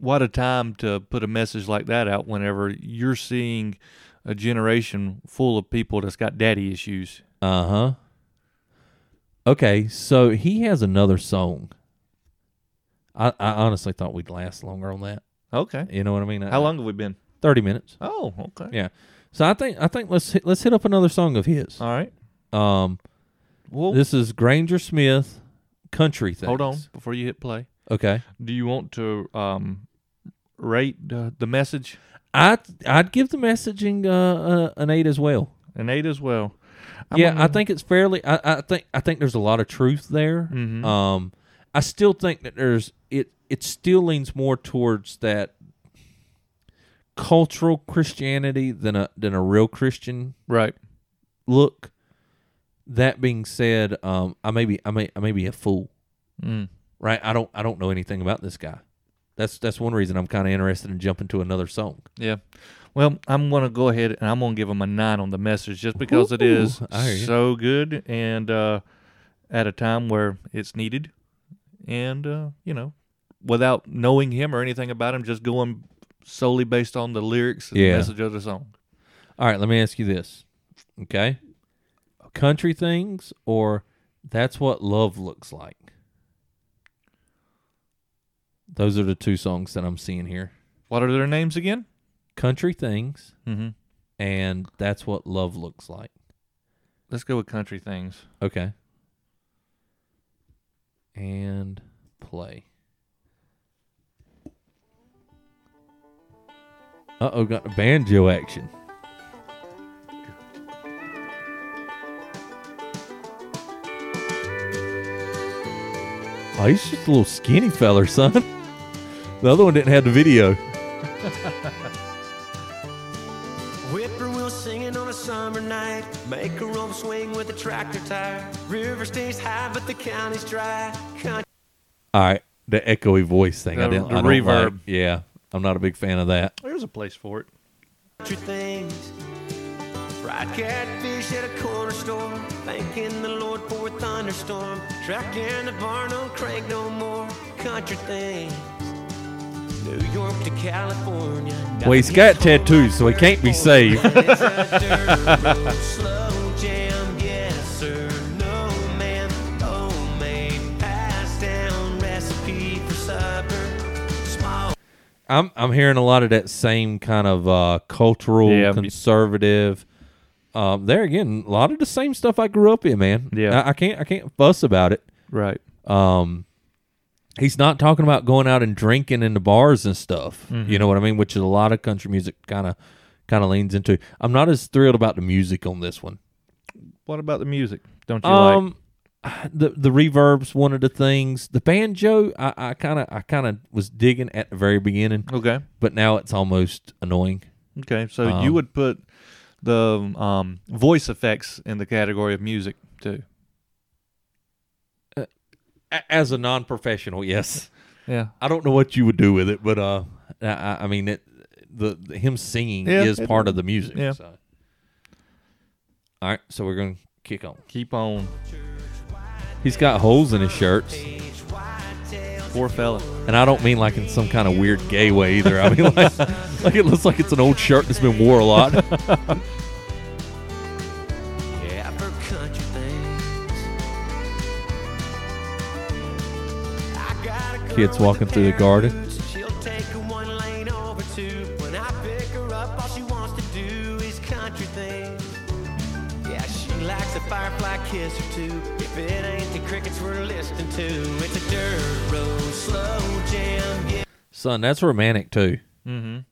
Speaker 2: what a time to put a message like that out. Whenever you're seeing a generation full of people that's got daddy issues,
Speaker 1: Uh huh. Okay, so he has another song. I, I honestly thought we'd last longer on that.
Speaker 2: okay.
Speaker 1: You know what I mean? I-
Speaker 2: How long have we been?
Speaker 1: Thirty minutes.
Speaker 2: Oh, okay.
Speaker 1: Yeah. So I think I think let's hit, let's hit up another song of his.
Speaker 2: All right.
Speaker 1: Um,
Speaker 2: Well,
Speaker 1: this is Granger Smith, country thing.
Speaker 2: hold on before you hit play.
Speaker 1: Okay.
Speaker 2: Do you want to um, rate uh, the message
Speaker 1: I I'd give the messaging uh, uh, an eight as well.
Speaker 2: an eight as well?
Speaker 1: yeah, I think it's fairly. I, I think I think there's a lot of truth there. Um, I still think that there's it. It still leans more towards that cultural Christianity than a than a real Christian
Speaker 2: Right.
Speaker 1: look. That being said, um, I may be I may I may be a fool,
Speaker 2: Mm.
Speaker 1: right? I don't I don't know anything about this guy. That's that's one reason I'm kind of interested in jumping to another song.
Speaker 2: Yeah. Well, I'm going to go ahead and I'm going to give him a nine on the message just because it
Speaker 1: Ooh,
Speaker 2: is
Speaker 1: I hear you.
Speaker 2: so good and uh, at a time where it's needed. And, uh, you know, without knowing him or anything about him, just going solely based on the lyrics and
Speaker 1: Yeah.
Speaker 2: the message of the song.
Speaker 1: All right, let me ask you this, okay? Country things or that's what love looks like. Those are the two songs that I'm seeing here.
Speaker 2: What are their names again?
Speaker 1: Country things
Speaker 2: Mm-hmm.
Speaker 1: and that's what love looks like.
Speaker 2: Let's go with Country Things.
Speaker 1: Okay. And play. Uh oh, got the banjo action. Oh, he's just a little skinny feller, son. The other one didn't have the video.
Speaker 3: Whippoorwill singing on a summer night. Make a rope swing with a tractor tire. River stays high, but the county's dry. Country
Speaker 1: All right, the echoey voice thing. I
Speaker 2: The-
Speaker 1: didn't.
Speaker 2: the
Speaker 1: I don't
Speaker 2: reverb.
Speaker 1: like. Yeah, I'm not a big fan of that.
Speaker 2: There's a place for it.
Speaker 3: things. Fried catfish at a corner store. Thanking the Lord for a thunderstorm. Trapped in the barn, don't crank no more. Country things. New York to California.
Speaker 1: Well, he's got tattoos, so he can't
Speaker 2: Oh.
Speaker 1: be saved.
Speaker 3: It's a dirt road, slow jam, yes sir, no ma'am. Homemade, passed down recipe for supper. Small
Speaker 1: I'm I'm hearing a lot of that same kind of uh, cultural
Speaker 2: Yeah.
Speaker 1: conservative. Um, there again, a lot of the same stuff I grew up in, man.
Speaker 2: Yeah.
Speaker 1: I, I can't I can't fuss about it.
Speaker 2: Right.
Speaker 1: Um, he's not talking about going out and drinking in the bars and stuff.
Speaker 2: Mm-hmm.
Speaker 1: You know what I mean? Which is a lot of country music kind of kind of leans into. I'm not as thrilled about the music on this one.
Speaker 2: What about the music? Don't you like?
Speaker 1: Um, the the reverbs one of the things. The banjo, I- I kind of I kind of was digging at the very beginning,
Speaker 2: Okay.
Speaker 1: but now it's almost annoying.
Speaker 2: Okay. So you would put the um, voice effects in the category of music too.
Speaker 1: A- as a non-professional yes
Speaker 2: Yeah.
Speaker 1: i don't know what you would do with it but uh i- i, I mean it the, the him singing
Speaker 2: Yeah,
Speaker 1: is
Speaker 2: it-
Speaker 1: part of the music
Speaker 2: yeah.
Speaker 1: so. all right so we're gonna kick on
Speaker 2: Keep on.
Speaker 1: he's got holes in his shirts
Speaker 2: Poor fella.
Speaker 1: and i don't mean like in some kind of weird gay way either i mean like, like it looks like it's an old shirt that's been wore a lot
Speaker 3: yeah, I've heard country things. I got a girl
Speaker 1: Kids
Speaker 3: with
Speaker 1: walking
Speaker 3: a
Speaker 1: through the
Speaker 3: pair of
Speaker 1: garden.
Speaker 3: boots. She'll take a one lane over two. When I pick her up, all she wants to do is country things. Yeah, she likes a firefly kiss or two. If it ain't the crickets we're listening to, it's a dirt road, slow jam. Yeah.
Speaker 1: son that's romantic too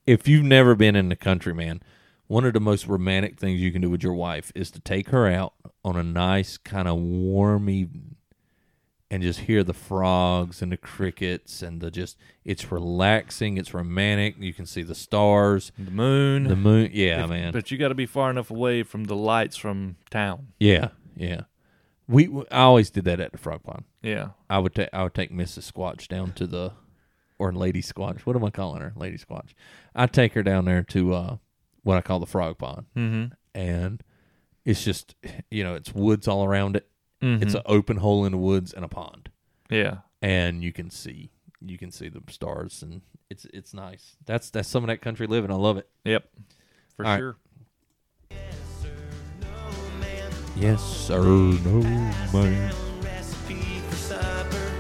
Speaker 1: if you've never been in the country man one of the most romantic things you can do with your wife is to take her out on a nice kind of warm evening and just hear the frogs and the crickets and the just it's relaxing it's romantic you can see the stars
Speaker 2: The moon.
Speaker 1: the moon yeah man
Speaker 2: But you got to be far enough away from the lights from town.
Speaker 1: yeah yeah we i always did that at the frog pond
Speaker 2: Yeah.
Speaker 1: I would take I would take Mrs. Squatch down to the or Lady Squatch. What am I calling her? Lady Squatch. I'd take her down there to uh, what I call the frog pond. Mm-hmm. And it's just you know, it's woods all around it.
Speaker 2: Mm-hmm.
Speaker 1: It's an open hole in the woods and a pond.
Speaker 2: Yeah.
Speaker 1: And you can see you can see the stars and it's it's nice. That's that's some of that country living. I love it.
Speaker 2: Yep. For
Speaker 1: All right.
Speaker 2: sure.
Speaker 1: Yes, sir. No man.
Speaker 3: recipe for supper.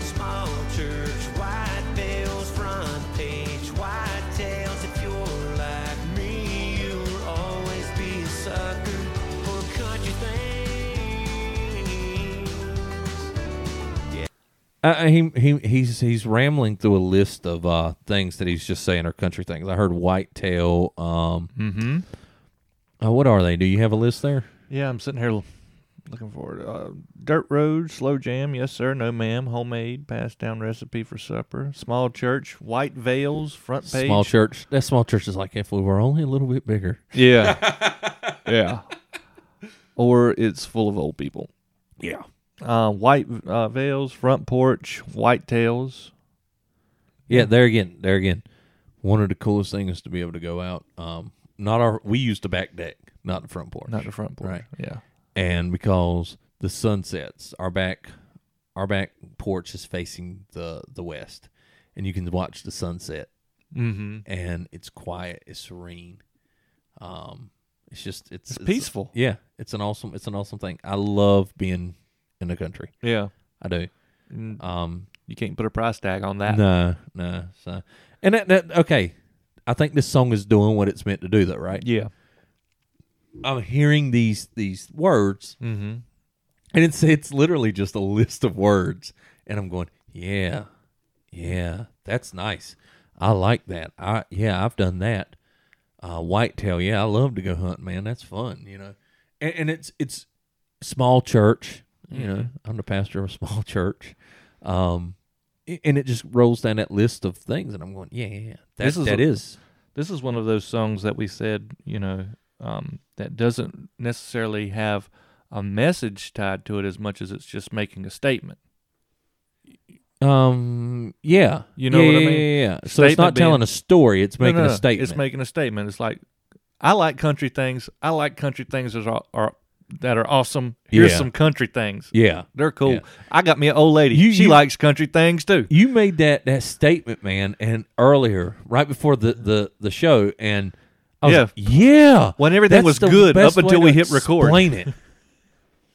Speaker 3: Small church, white bells, front page, white tails. If you're like me, you'll always be a sucker for country things.
Speaker 1: Uh, uh, he he he's he's rambling through a list of uh, things that he's just saying are country things. I heard whitetail. Um,
Speaker 2: Mm-hmm.
Speaker 1: uh, what are they? Do you have a list there?
Speaker 2: Yeah, I'm sitting here l- looking for it. Uh, dirt road, slow jam, yes sir, no ma'am, homemade, passed down recipe for supper, small church, white veils, front page.
Speaker 1: Small church. That small church is like if we were only a little bit bigger.
Speaker 2: Yeah. yeah. Or it's full of old people.
Speaker 1: Yeah.
Speaker 2: Uh, white uh, veils, front porch, white tails.
Speaker 1: Yeah. There again. There again. One of the coolest things to be able to go out. Um, not our. We used the back deck, not the front porch.
Speaker 2: Not the front porch.
Speaker 1: Right.
Speaker 2: Yeah.
Speaker 1: and because the sun sets, our back our back porch is facing the the west, and you can watch the sunset. Mm-hmm. And it's quiet, it's serene. Um, it's just it's, it's
Speaker 2: peaceful.
Speaker 1: yeah, it's an awesome it's an awesome thing. I love being in the country.
Speaker 2: Yeah.
Speaker 1: I do.
Speaker 2: Mm.
Speaker 1: Um,
Speaker 2: You can't put a price tag on that.
Speaker 1: no, no. So, and that, that okay. I think this song is doing what it's meant to do, though, right?
Speaker 2: Yeah.
Speaker 1: I'm hearing these these words,
Speaker 2: Mm-hmm.
Speaker 1: and it's it's literally just a list of words and i'm going yeah yeah that's nice i like that i yeah i've done that uh whitetail yeah i love to go hunt man that's fun you know
Speaker 2: Mm-hmm.
Speaker 1: and, and it's it's small church you know i'm the pastor of a small church Um, a- and it just rolls down that list of things, and I'm going, yeah, yeah, yeah. That,
Speaker 2: This is
Speaker 1: that
Speaker 2: a-
Speaker 1: is.
Speaker 2: This is one of those songs that we said, you know, um, that doesn't necessarily have a message tied to it as much as it's just making a statement.
Speaker 1: Um, yeah,
Speaker 2: You know
Speaker 1: Yeah,
Speaker 2: what I
Speaker 1: yeah,
Speaker 2: mean?
Speaker 1: Yeah, yeah. So it's
Speaker 2: Statement
Speaker 1: not telling
Speaker 2: being-
Speaker 1: a story; it's
Speaker 2: No,
Speaker 1: making
Speaker 2: no,
Speaker 1: a
Speaker 2: no.
Speaker 1: statement.
Speaker 2: It's making a statement. It's like, I like country things. I like country things that are, are that are awesome. Here's
Speaker 1: Yeah.
Speaker 2: some country things.
Speaker 1: yeah,
Speaker 2: They're cool.
Speaker 1: Yeah.
Speaker 2: I got me an old lady.
Speaker 1: You-
Speaker 2: she
Speaker 1: you-
Speaker 2: likes country things too.
Speaker 1: you made that that statement, man, and earlier, right before the the the show, and I was
Speaker 2: Yeah.
Speaker 1: like, yeah,
Speaker 2: When everything
Speaker 1: that's
Speaker 2: was
Speaker 1: the
Speaker 2: good
Speaker 1: best
Speaker 2: up until
Speaker 1: way
Speaker 2: we
Speaker 1: to
Speaker 2: hit record.
Speaker 1: Explain it.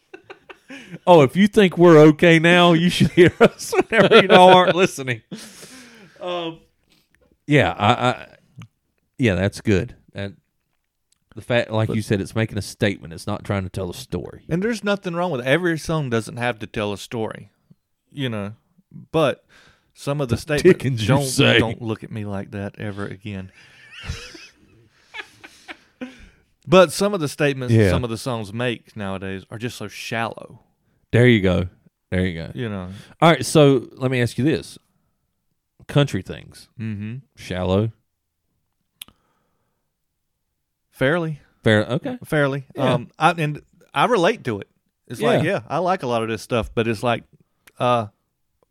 Speaker 1: oh, if you think we're okay now, you should hear us whenever you all aren't listening. Um, yeah, I, I, yeah, that's good. That the fact, like you said, it's making a statement. It's not trying to tell a story.
Speaker 2: And there's nothing wrong with it. every song doesn't have to tell a story, you know. But some of the
Speaker 1: dickens
Speaker 2: statements
Speaker 1: you
Speaker 2: don't
Speaker 1: say.
Speaker 2: don't look at me like that ever again. but some of the statements
Speaker 1: Yeah.
Speaker 2: some of the songs make nowadays are just so shallow,
Speaker 1: There you go. There you go.
Speaker 2: you know.
Speaker 1: All right, so let me ask you this: country things,
Speaker 2: Mm-hmm.
Speaker 1: shallow,
Speaker 2: Fairly,
Speaker 1: fair, okay,
Speaker 2: fairly.
Speaker 1: Yeah.
Speaker 2: Um, I, and I relate to it. It's like,
Speaker 1: Yeah.
Speaker 2: yeah, I like a lot of this stuff, but it's like, uh,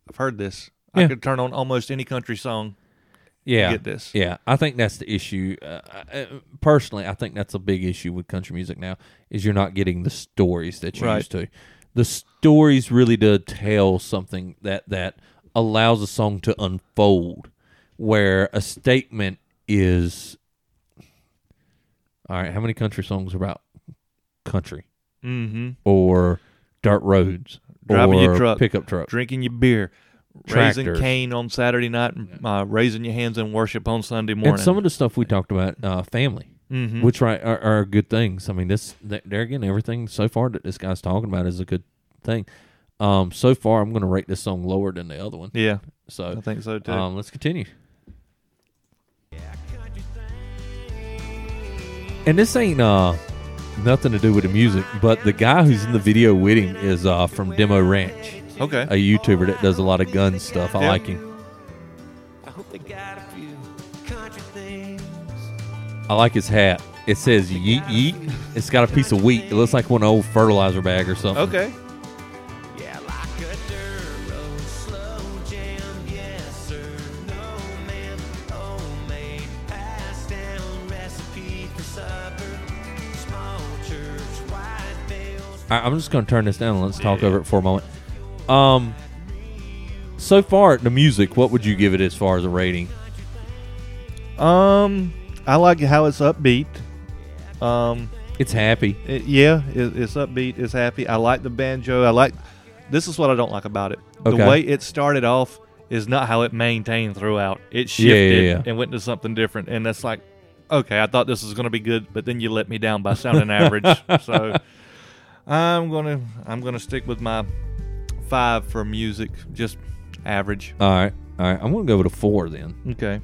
Speaker 2: I've heard this.
Speaker 1: Yeah.
Speaker 2: I could turn on almost any country song.
Speaker 1: yeah,
Speaker 2: get this.
Speaker 1: yeah. I think that's the issue. Uh, I- I- personally, I think that's a big issue with country music now is you're not getting the stories that you
Speaker 2: Right.
Speaker 1: used to. The stories really do tell something that that allows a song to unfold, where a statement is. All right, how many country songs are about country?
Speaker 2: Mm-hmm.
Speaker 1: or dirt roads,
Speaker 2: Driving
Speaker 1: or
Speaker 2: your truck.
Speaker 1: pickup truck.
Speaker 2: drinking your beer,
Speaker 1: Tractors.
Speaker 2: raising cane on Saturday night, and uh, raising your hands in worship on Sunday morning.
Speaker 1: And some of the stuff we talked about, uh, family,
Speaker 2: Mhm.
Speaker 1: which right are, are good things. I mean, this th- there again, everything so far that this guy's talking about is a good thing. Um, so far, I'm going to rate this song lower than the other one.
Speaker 2: yeah, I
Speaker 1: So,
Speaker 2: think so too.
Speaker 1: um, let's continue. And this ain't uh nothing to do with the music, but the guy who's in the video with him is uh from Demo Ranch,
Speaker 2: okay,
Speaker 1: a YouTuber that does a lot of gun stuff. I
Speaker 2: Yeah.
Speaker 1: like him.
Speaker 3: I hope they got a few country things.
Speaker 1: I like his hat. It says yeet yeet. It's got a piece of wheat. It looks like one old fertilizer bag or something.
Speaker 2: okay.
Speaker 3: Yeah, like a dirt road, slow jam. Yes, sir. No, ma'am. Oh, mate. Pass down recipe for supper. Small church, white bells.
Speaker 1: I, I'm just gonna turn this down and let's talk over it for a moment. Um, so far the music, what would you give it as far as a rating?
Speaker 2: Um, I like how it's upbeat. Um,
Speaker 1: It's happy.
Speaker 2: it- yeah, it, it's upbeat. It's happy. I like the banjo. I like. This is what I don't like about it.
Speaker 1: Okay.
Speaker 2: The way it started off is not how it maintained throughout. It
Speaker 1: Yeah, yeah,
Speaker 2: shifted
Speaker 1: yeah.
Speaker 2: and went to something different, and that's like, okay, I thought this was gonna be good, but then you let me down by sounding average. So I'm gonna I'm gonna stick with my five for music, just average.
Speaker 1: All right, all right. I'm gonna go with a four then.
Speaker 2: Okay.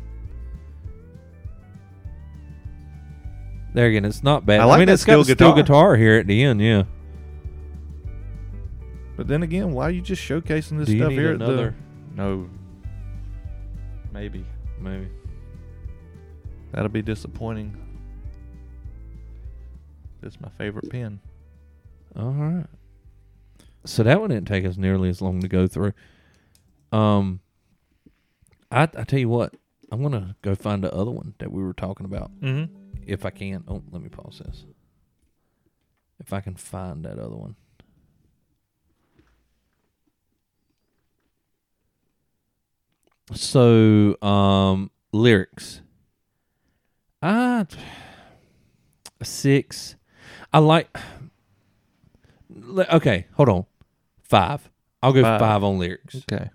Speaker 1: There again, it's not bad.
Speaker 2: I like
Speaker 1: mean,
Speaker 2: that
Speaker 1: it's got
Speaker 2: steel
Speaker 1: a steel
Speaker 2: guitar.
Speaker 1: guitar here at the end. Yeah.
Speaker 2: But then again, why are you just showcasing this
Speaker 1: Do you
Speaker 2: stuff
Speaker 1: need
Speaker 2: here?
Speaker 1: another?
Speaker 2: At the, no. Maybe.
Speaker 1: Maybe.
Speaker 2: That'll be disappointing. That's my favorite pen.
Speaker 1: All right. So that one didn't take us nearly as long to go through. Um, I I tell you what, I'm gonna go find the other one that we were talking about
Speaker 2: Mm-hmm.
Speaker 1: if I can. Oh, let me pause this. If I can find that other one. So, um, lyrics. Ah, six. I like. Le- Okay, hold on. Five. I'll go
Speaker 2: Five.
Speaker 1: five on lyrics.
Speaker 2: Okay.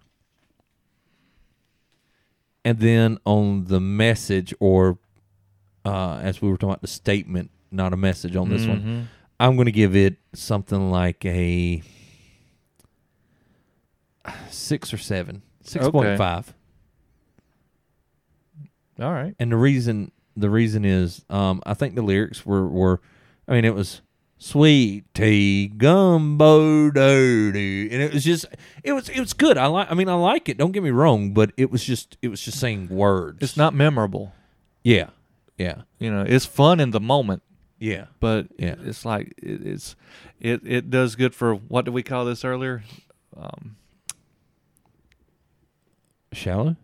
Speaker 1: And then on the message, or uh, as we were talking about, the statement, not a message on
Speaker 2: Mm-hmm.
Speaker 1: this one, I'm going to give it something like a six or seven, six point five.
Speaker 2: All right.
Speaker 1: And the reason the reason is, um, I think the lyrics were were, I mean, it was sweet tea gumbo doo doo, and it was just it was it was good. I like. I mean, I like it. Don't get me wrong, but it was just it was just saying words.
Speaker 2: It's not memorable.
Speaker 1: Yeah, yeah,
Speaker 2: You know, it's fun in the moment,
Speaker 1: yeah.
Speaker 2: but
Speaker 1: Yeah.
Speaker 2: it's like it, it's it it does good for what did we call this earlier? Um,
Speaker 1: Shallow.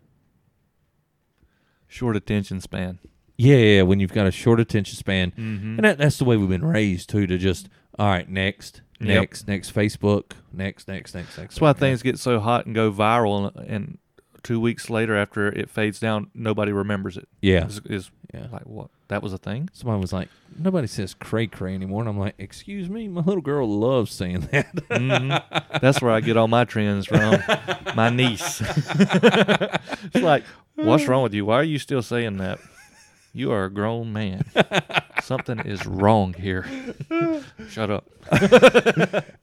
Speaker 2: short attention span.
Speaker 1: Yeah, yeah. When you've got a short attention span, and that, that's the way we've been raised too. To just all right, next,
Speaker 2: Yep.
Speaker 1: next, next, Facebook, next, next, next, next.
Speaker 2: That's why
Speaker 1: next.
Speaker 2: things get so hot and go viral, and, and two weeks later, after it fades down, nobody remembers it.
Speaker 1: Yeah.
Speaker 2: is, is
Speaker 1: Yeah.
Speaker 2: like what that was a thing.
Speaker 1: Somebody was like, nobody says cray cray anymore, and I'm like, excuse me, my little girl loves saying that.
Speaker 2: That's where I get all my trends from. my niece. it's like, what's wrong with you? Why are you still saying that? You are a grown man. Something is wrong here. Shut up.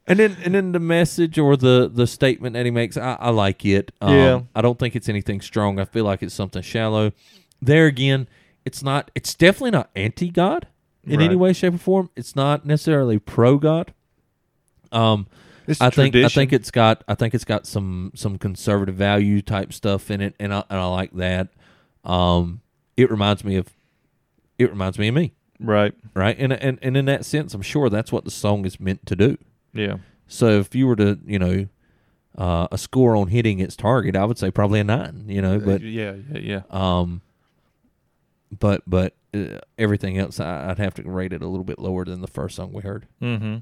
Speaker 1: And then and then the message or the the statement that he makes, I, I like it. Um,
Speaker 2: Yeah.
Speaker 1: I don't think it's anything strong. I feel like it's something shallow. There again, it's not. It's definitely not anti God in any
Speaker 2: Right.
Speaker 1: way, shape, or form. It's not necessarily pro God. Um,
Speaker 2: It's
Speaker 1: I think I
Speaker 2: tradition.
Speaker 1: think it's got I think it's got some some conservative value type stuff in it, and I and I like that. Um, it reminds me of it reminds me of me,
Speaker 2: right.
Speaker 1: right? And and and in that sense, I'm sure that's what the song is meant to do.
Speaker 2: Yeah.
Speaker 1: So if you were to, you know, uh, a score on hitting its target, I would say probably a nine. You know, but
Speaker 2: yeah, yeah, yeah.
Speaker 1: um, but but uh, everything else, I, I'd have to rate it a little bit lower than the first song we heard.
Speaker 2: Mm-hmm.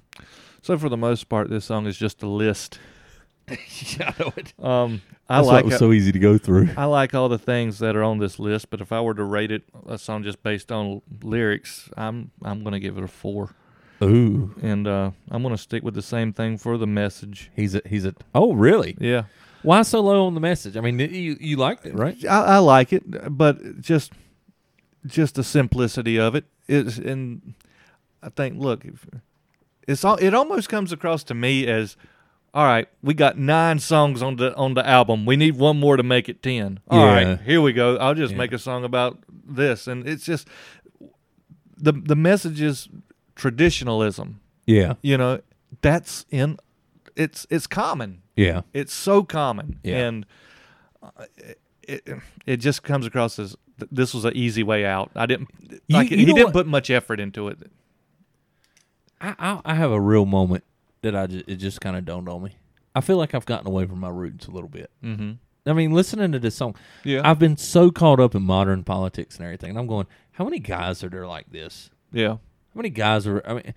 Speaker 2: So for the most part, this song is just a list.
Speaker 1: yeah, I know it.
Speaker 2: Um, I like it.
Speaker 1: so easy to go through.
Speaker 2: I like all the things that are on this list, but if I were to rate it a song just based on lyrics, I'm I'm gonna give it a four,
Speaker 1: Ooh,
Speaker 2: and uh, I'm gonna stick with the same thing for the message.
Speaker 1: he's a he's a. Oh, really?
Speaker 2: Yeah,
Speaker 1: Why so low on the message? I mean, you you liked it, right?
Speaker 2: I, I like it, but just just the simplicity of it is, and I think look, if- it's all it almost comes across to me as. All right, we got nine songs on the on the album. We need one more to make it ten. All right,
Speaker 1: Yeah.
Speaker 2: here we go. I'll just
Speaker 1: Yeah.
Speaker 2: make a song about this, and it's just the the message is traditionalism.
Speaker 1: Yeah,
Speaker 2: You know, that's in it's it's common.
Speaker 1: yeah,
Speaker 2: It's so common,
Speaker 1: Yeah.
Speaker 2: and uh, it it just comes across as th- this was an easy way out. I didn't like
Speaker 1: you
Speaker 2: he
Speaker 1: know
Speaker 2: didn't
Speaker 1: what-
Speaker 2: put much effort into it.
Speaker 1: I, I I have a real moment that I just, it just kind of dawned on me. I feel like I've gotten away from my roots a little bit.
Speaker 2: Mm-hmm.
Speaker 1: I mean, listening to this song,
Speaker 2: Yeah.
Speaker 1: I've been so caught up in modern politics and everything, and I'm going, how many guys are there like this?
Speaker 2: Yeah,
Speaker 1: How many guys are? I mean,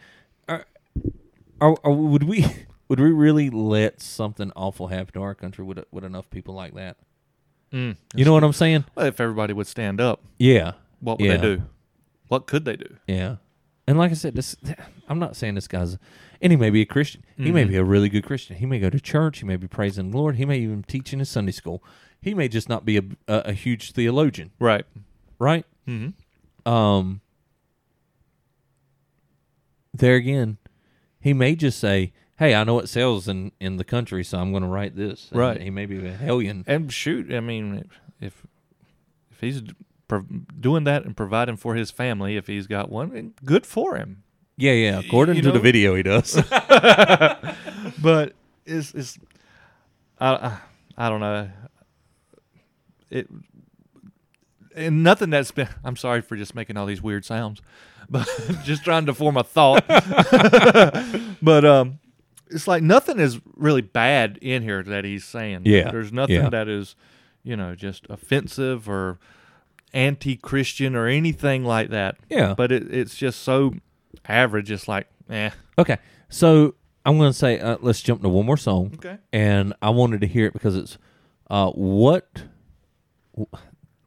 Speaker 1: are, are, are would we would we really let something awful happen to our country with with enough people like that?
Speaker 2: Mm.
Speaker 1: you know what I'm saying?
Speaker 2: well, if everybody would stand up,
Speaker 1: Yeah.
Speaker 2: what would
Speaker 1: Yeah.
Speaker 2: they do? What could they do?
Speaker 1: Yeah. And like I said, this I'm not saying this guy's and he may be a Christian. He may be a really good Christian. He may go to church. He may be praising the Lord. He may even teach in his Sunday school. He may just not be a a, a huge theologian,
Speaker 2: Right.
Speaker 1: right?
Speaker 2: Mm-hmm.
Speaker 1: Um. There again, he may just say, "Hey, I know it sells in in the country, so I'm going to write this." And
Speaker 2: Right.
Speaker 1: He may be a hellion.
Speaker 2: And shoot, I mean, if if he's d- pro- doing that and providing for his family, if he's got one, then good for him.
Speaker 1: Yeah, yeah. According
Speaker 2: you
Speaker 1: to
Speaker 2: know-
Speaker 1: the video, he does.
Speaker 2: But it's it's I I, I don't know it. And nothing that's been. I'm sorry for just making all these weird sounds, but just trying to form a thought. but um, it's like nothing is really bad in here that he's saying.
Speaker 1: Yeah,
Speaker 2: there's nothing
Speaker 1: yeah.
Speaker 2: that is, you know, just offensive or anti-Christian or anything like that.
Speaker 1: Yeah.
Speaker 2: but it, it's just so average. It's like, eh,
Speaker 1: Okay, so I'm going to say uh, let's jump to one more song.
Speaker 2: Okay.
Speaker 1: and I wanted to hear it because it's uh, what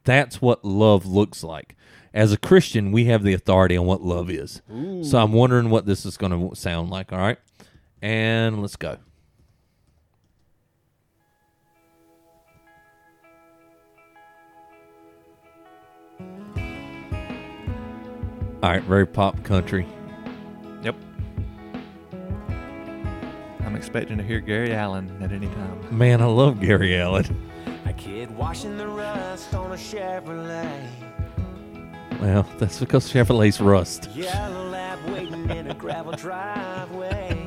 Speaker 1: that's what love looks like. As a Christian, we have the authority on what love is. So I'm wondering what this is going to sound like. All right, and let's go. All right, very pop country.
Speaker 2: Yep. I'm expecting to hear Gary Allen at any time.
Speaker 1: Man, I love Gary Allen.
Speaker 3: A kid washing the rust on a Chevrolet.
Speaker 1: Well, that's because Chevrolet's rust.
Speaker 3: Yellow lab waiting garden and a gravel driveway.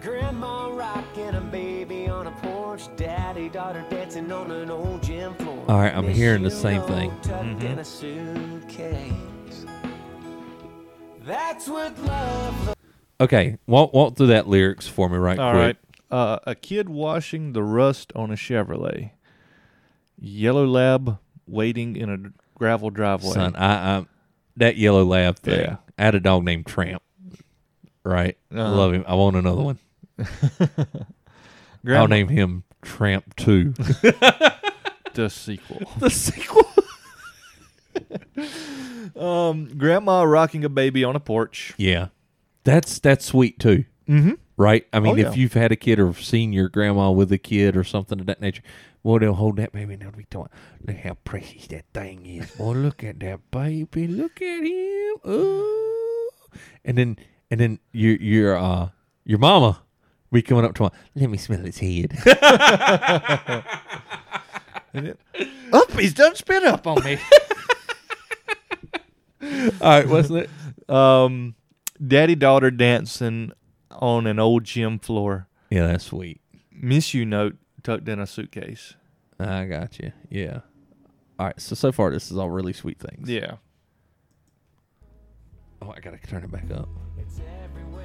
Speaker 3: Grandma rocking a baby on a porch, daddy daughter dancing on an old gym floor.
Speaker 1: All right, I'm
Speaker 3: Miss
Speaker 1: hearing the
Speaker 3: you
Speaker 1: same thing. Mm-hmm.
Speaker 3: rolled up in a suitcase. That's what love looks
Speaker 1: Okay, walk walk through that lyrics for me right
Speaker 2: All
Speaker 1: quick.
Speaker 2: right. Uh, a kid washing the rust on a Chevrolet. Yellow lab waiting in a gravel driveway.
Speaker 1: Son, I, I that yellow lab thing.
Speaker 2: Yeah.
Speaker 1: I had a dog named Tramp. Right, I
Speaker 2: Uh-huh.
Speaker 1: love him. I want another one.
Speaker 2: Grandma-
Speaker 1: I'll name him Tramp Two.
Speaker 2: the sequel.
Speaker 1: the sequel.
Speaker 2: Um, Grandma rocking a baby on a porch.
Speaker 1: Yeah, that's that's sweet too. Mm-hmm. Right. I mean,
Speaker 2: Oh,
Speaker 1: if
Speaker 2: yeah.
Speaker 1: you've had a kid or seen your grandma with a kid or something of that nature, well, they'll hold that baby and they'll be talking. Look how precious that thing is. Boy, look at that baby. Look at him. Ooh. And then and then your your uh your mama be coming up to him. Let me smell his head.
Speaker 2: Up, he's done spit up on me.
Speaker 1: All right, what's that?
Speaker 2: um, daddy daughter dancing on an old gym floor.
Speaker 1: Yeah, that's sweet.
Speaker 2: Miss you note tucked in a suitcase.
Speaker 1: I got you. Yeah. All right. So so far, this is all really sweet things.
Speaker 2: Yeah.
Speaker 1: Oh, I gotta turn it back up.
Speaker 3: It's everywhere,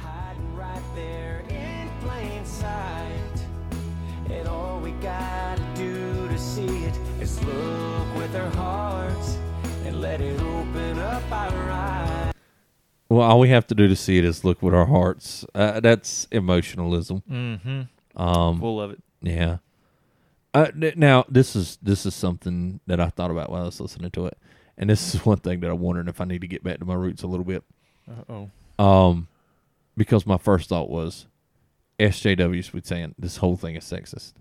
Speaker 3: hiding right there in plain sight. And all we gotta do to see it is look with our hearts and let it open up our eyes.
Speaker 1: Well, all we have to do to see it is look with our hearts. Uh, that's emotionalism.
Speaker 2: Mm-hmm. Full of it.
Speaker 1: Yeah. Uh, n- now this is this is something that I thought about while I was listening to it, and this is one thing that I'm wondering if I need to get back to my roots a little bit.
Speaker 2: Oh.
Speaker 1: Um, because my first thought was, SJWs would saying this whole thing is sexist.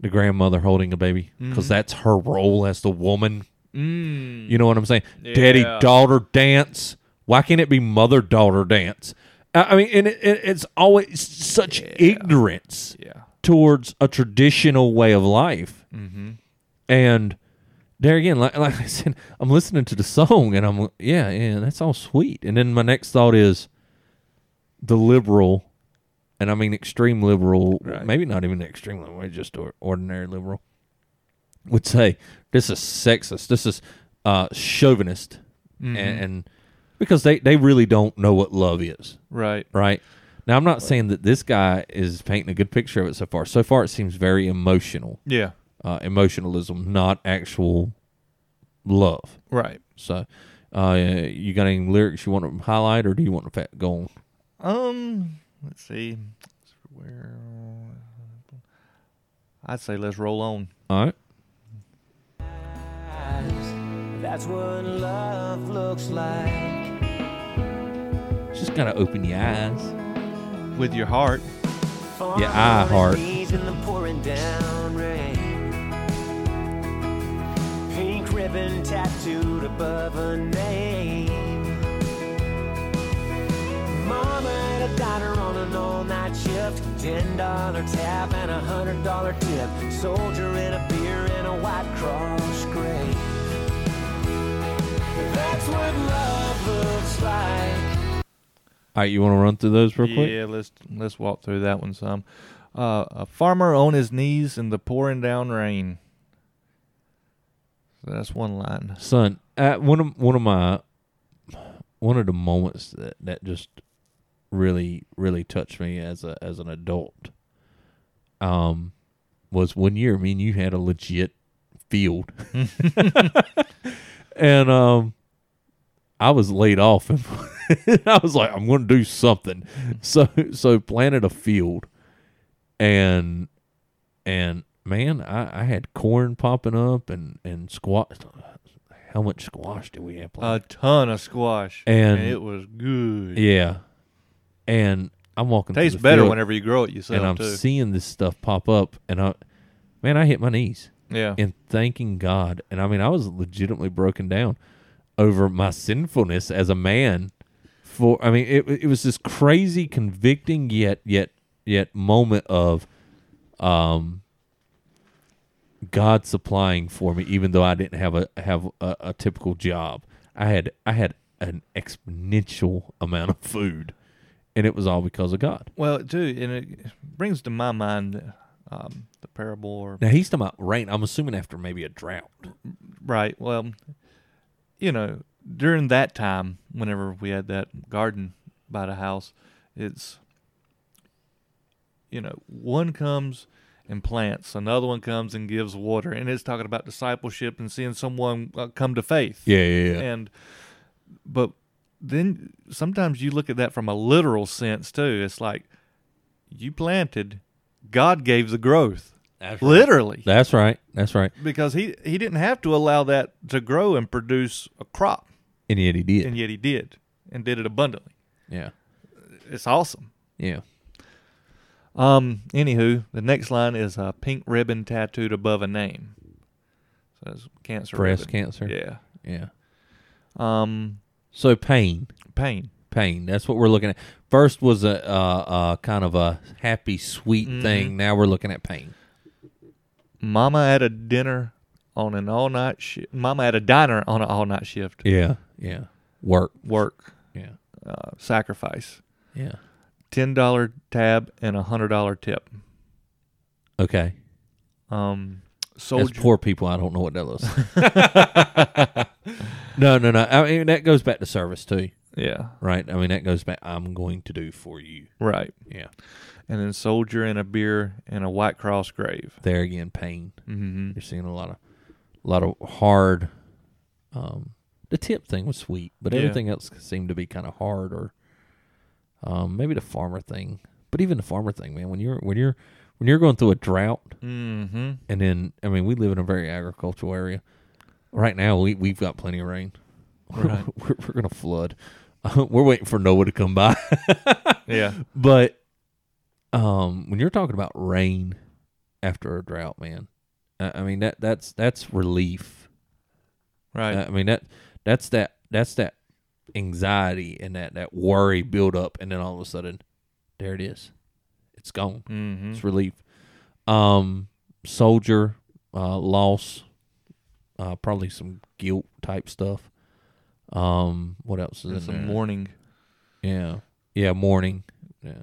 Speaker 1: The grandmother holding a baby because that's her role as the woman. You know what I'm saying? Daddy
Speaker 2: Yeah.
Speaker 1: daughter dance. Why can't it be mother daughter dance? I I mean, and it, it, it's always such ignorance
Speaker 2: Yeah.
Speaker 1: towards a traditional way of life.
Speaker 2: Mm-hmm.
Speaker 1: And there again, like, like I said, I'm listening to the song and I'm, yeah, yeah, that's all sweet. And then my next thought is the liberal, and I mean extreme liberal,
Speaker 2: Right.
Speaker 1: maybe not even extreme liberal, just or- ordinary liberal, would say this is sexist, this is uh, chauvinist.
Speaker 2: Mm-hmm.
Speaker 1: And, and because they, they really don't know what love is
Speaker 2: Right.
Speaker 1: right? Now, I'm not saying that this guy is painting a good picture of it so far. So far, it seems very emotional,
Speaker 2: Yeah.
Speaker 1: uh, emotionalism, not actual love.
Speaker 2: Right.
Speaker 1: So, uh, you got any lyrics you want to highlight, or do you want to fa- go on?
Speaker 2: Um, let's see. Where I'd say let's roll on.
Speaker 1: All right.
Speaker 3: That's what love looks like.
Speaker 1: Just gotta open your eyes.
Speaker 2: With your heart.
Speaker 3: Farmer
Speaker 1: Yeah, I
Speaker 3: on his
Speaker 1: heart.
Speaker 3: knees in the pouring down rain. Pink ribbon tattooed above her name. Mama and a daughter on an all-night shift. Ten dollar tab and a hundred dollar tip. Soldier in a beer and a white cross gray. That's what love looks like.
Speaker 1: All right, you want to run through those real quick?
Speaker 2: Yeah, let's let's walk through that one some. Uh, a farmer on his knees in the pouring down rain. So that's one line.
Speaker 1: Son, uh, one of one of my one of the moments that, that just really really touched me as a as an adult um was one year me and you had a legit field and um I was laid off and I was like I'm going to do something so so planted a field and and man I, I had corn popping up and and squash how much squash did we have planted?
Speaker 2: A ton of squash,
Speaker 1: And-
Speaker 2: Uh, it was good.
Speaker 1: Yeah. And I'm walking. through
Speaker 2: Tastes
Speaker 1: the
Speaker 2: better
Speaker 1: field,
Speaker 2: whenever you grow it yourself
Speaker 1: And I'm
Speaker 2: too.
Speaker 1: seeing this stuff pop up, and I, man, I hit my knees
Speaker 2: yeah,
Speaker 1: and thanking God. And I mean, I was legitimately broken down over my sinfulness as a man. For I mean, it it was this crazy, convicting yet yet yet moment of, um. God supplying for me, even though I didn't have a have a, a typical job. I had I had an exponential amount of food, and it was all because of God.
Speaker 2: Well, too, and it brings to my mind um, the parable or
Speaker 1: Now he's talking about rain. I'm assuming after maybe a drought.
Speaker 2: right. Well, you know, during that time, whenever we had that garden by the house, it's you know, one comes and plants, another one comes and gives water, and it's talking about discipleship and seeing someone uh, come to faith.
Speaker 1: Yeah, yeah, yeah.
Speaker 2: and but then sometimes you look at that from a literal sense too it's like you planted god gave the growth
Speaker 1: That's right.
Speaker 2: literally
Speaker 1: That's right. That's right.
Speaker 2: because he he didn't have to allow that to grow and produce a crop
Speaker 1: And yet he did.
Speaker 2: and yet he did and did it abundantly
Speaker 1: yeah.
Speaker 2: it's awesome
Speaker 1: Yeah.
Speaker 2: um anywho the next line is a pink ribbon tattooed above a name so it's cancer
Speaker 1: Breast
Speaker 2: ribbon.
Speaker 1: cancer. Yeah.
Speaker 2: yeah um
Speaker 1: So pain,
Speaker 2: pain
Speaker 1: pain. That's what we're looking at. First was a uh, uh, kind of a happy, sweet thing. Now we're looking at pain.
Speaker 2: Mama at a dinner on an all night shift. Mama at a diner on an all night shift.
Speaker 1: Yeah. Yeah. Work.
Speaker 2: Work,
Speaker 1: Yeah.
Speaker 2: uh, sacrifice,
Speaker 1: Yeah.
Speaker 2: ten dollar tab and a hundred dollar tip.
Speaker 1: Okay.
Speaker 2: Um,
Speaker 1: As
Speaker 2: soldier.
Speaker 1: poor people, I don't know what that looks. like. no, no, no. I mean that goes back to service too,
Speaker 2: yeah,
Speaker 1: right? I mean that goes back. I'm going to do for you.
Speaker 2: right.
Speaker 1: Yeah.
Speaker 2: And then soldier and a beer and a white cross grave.
Speaker 1: There again, pain.
Speaker 2: Mm-hmm.
Speaker 1: You're seeing a lot of, a lot of hard. Um, the tip thing was sweet, but
Speaker 2: Yeah.
Speaker 1: everything else seemed to be kind of hard, or um, maybe the farmer thing. But even the farmer thing, man, when you're when you're when you're going through a drought,
Speaker 2: Mm-hmm.
Speaker 1: and then I mean, we live in a very agricultural area. Right now, we we've got plenty of rain.
Speaker 2: Right.
Speaker 1: we're, we're gonna flood. we're waiting for Noah to come by.
Speaker 2: Yeah.
Speaker 1: But um, when you're talking about rain after a drought, man, I, I mean that that's that's relief.
Speaker 2: Right.
Speaker 1: I, I mean that that's that that's that anxiety and that that worry build up, and then all of a sudden, there it is, it's gone.
Speaker 2: mm-hmm.
Speaker 1: It's relief. Um, soldier uh, loss, uh, probably some guilt type stuff. Um, what else is in
Speaker 2: It's a
Speaker 1: there?
Speaker 2: mourning.
Speaker 1: Yeah. Yeah, mourning. Yeah.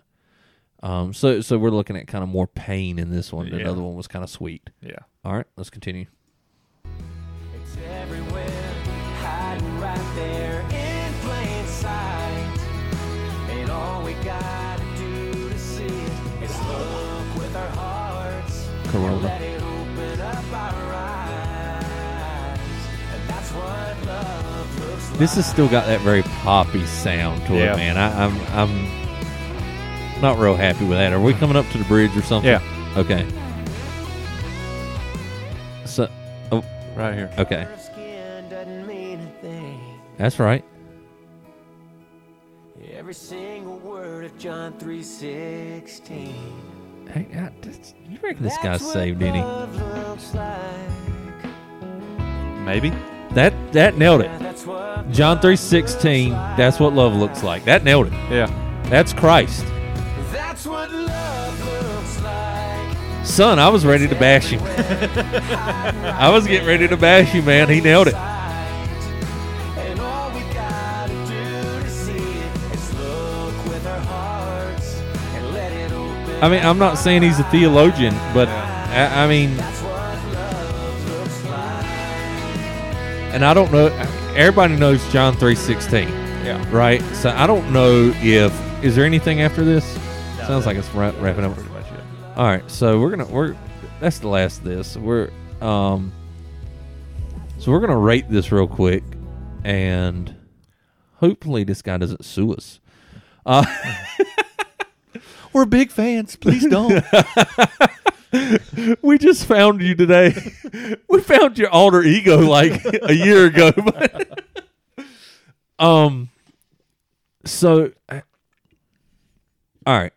Speaker 1: Um so so we're looking at kind of more pain in this one.
Speaker 2: Yeah.
Speaker 1: The other one was kind of sweet.
Speaker 2: Yeah.
Speaker 1: All right, let's continue.
Speaker 3: It's everywhere, hiding right there in plain sight. And all we gotta do to see it is look with our hearts.
Speaker 1: Corona.
Speaker 3: And let it open up our eyes. And that's what love looks like.
Speaker 1: This has still got that very poppy sound to
Speaker 2: Yeah.
Speaker 1: it, man. I, I'm I'm not real happy with that. Are we coming up to the bridge or something?
Speaker 2: Yeah.
Speaker 1: Okay. So oh,
Speaker 2: Right here.
Speaker 1: okay.
Speaker 3: Color of skin doesn't mean a thing.
Speaker 1: That's right.
Speaker 3: Every single word of John 3:16.
Speaker 1: Hey, I, this, you reckon this guy's saved any?
Speaker 2: Uh, Maybe.
Speaker 1: That that nailed it.
Speaker 3: it.
Speaker 1: John 3:16, that's what love looks like. That nailed it.
Speaker 2: Yeah.
Speaker 1: That's Christ.
Speaker 3: That's what love looks like.
Speaker 1: Son, I was ready to bash him. I was getting ready to bash you, man. He nailed it.
Speaker 3: And all we gotta do to see it is look with our hearts and let it open.
Speaker 1: I mean, I'm not saying he's a theologian, but I, I mean,
Speaker 3: That's what love looks like.
Speaker 1: and I don't know. Everybody knows John 3:16,
Speaker 2: Yeah.
Speaker 1: right? So I don't know if is there anything after this. Sounds like it's ra- wrapping up.
Speaker 2: Pretty much it.
Speaker 1: All right, so we're gonna we're that's the last of this. We're um, so we're gonna rate this real quick, and hopefully this guy doesn't sue us. Uh,
Speaker 2: We're big fans. Please don't.
Speaker 1: we just found you today. we found your alter ego like a year ago. But, um. So, I- all right,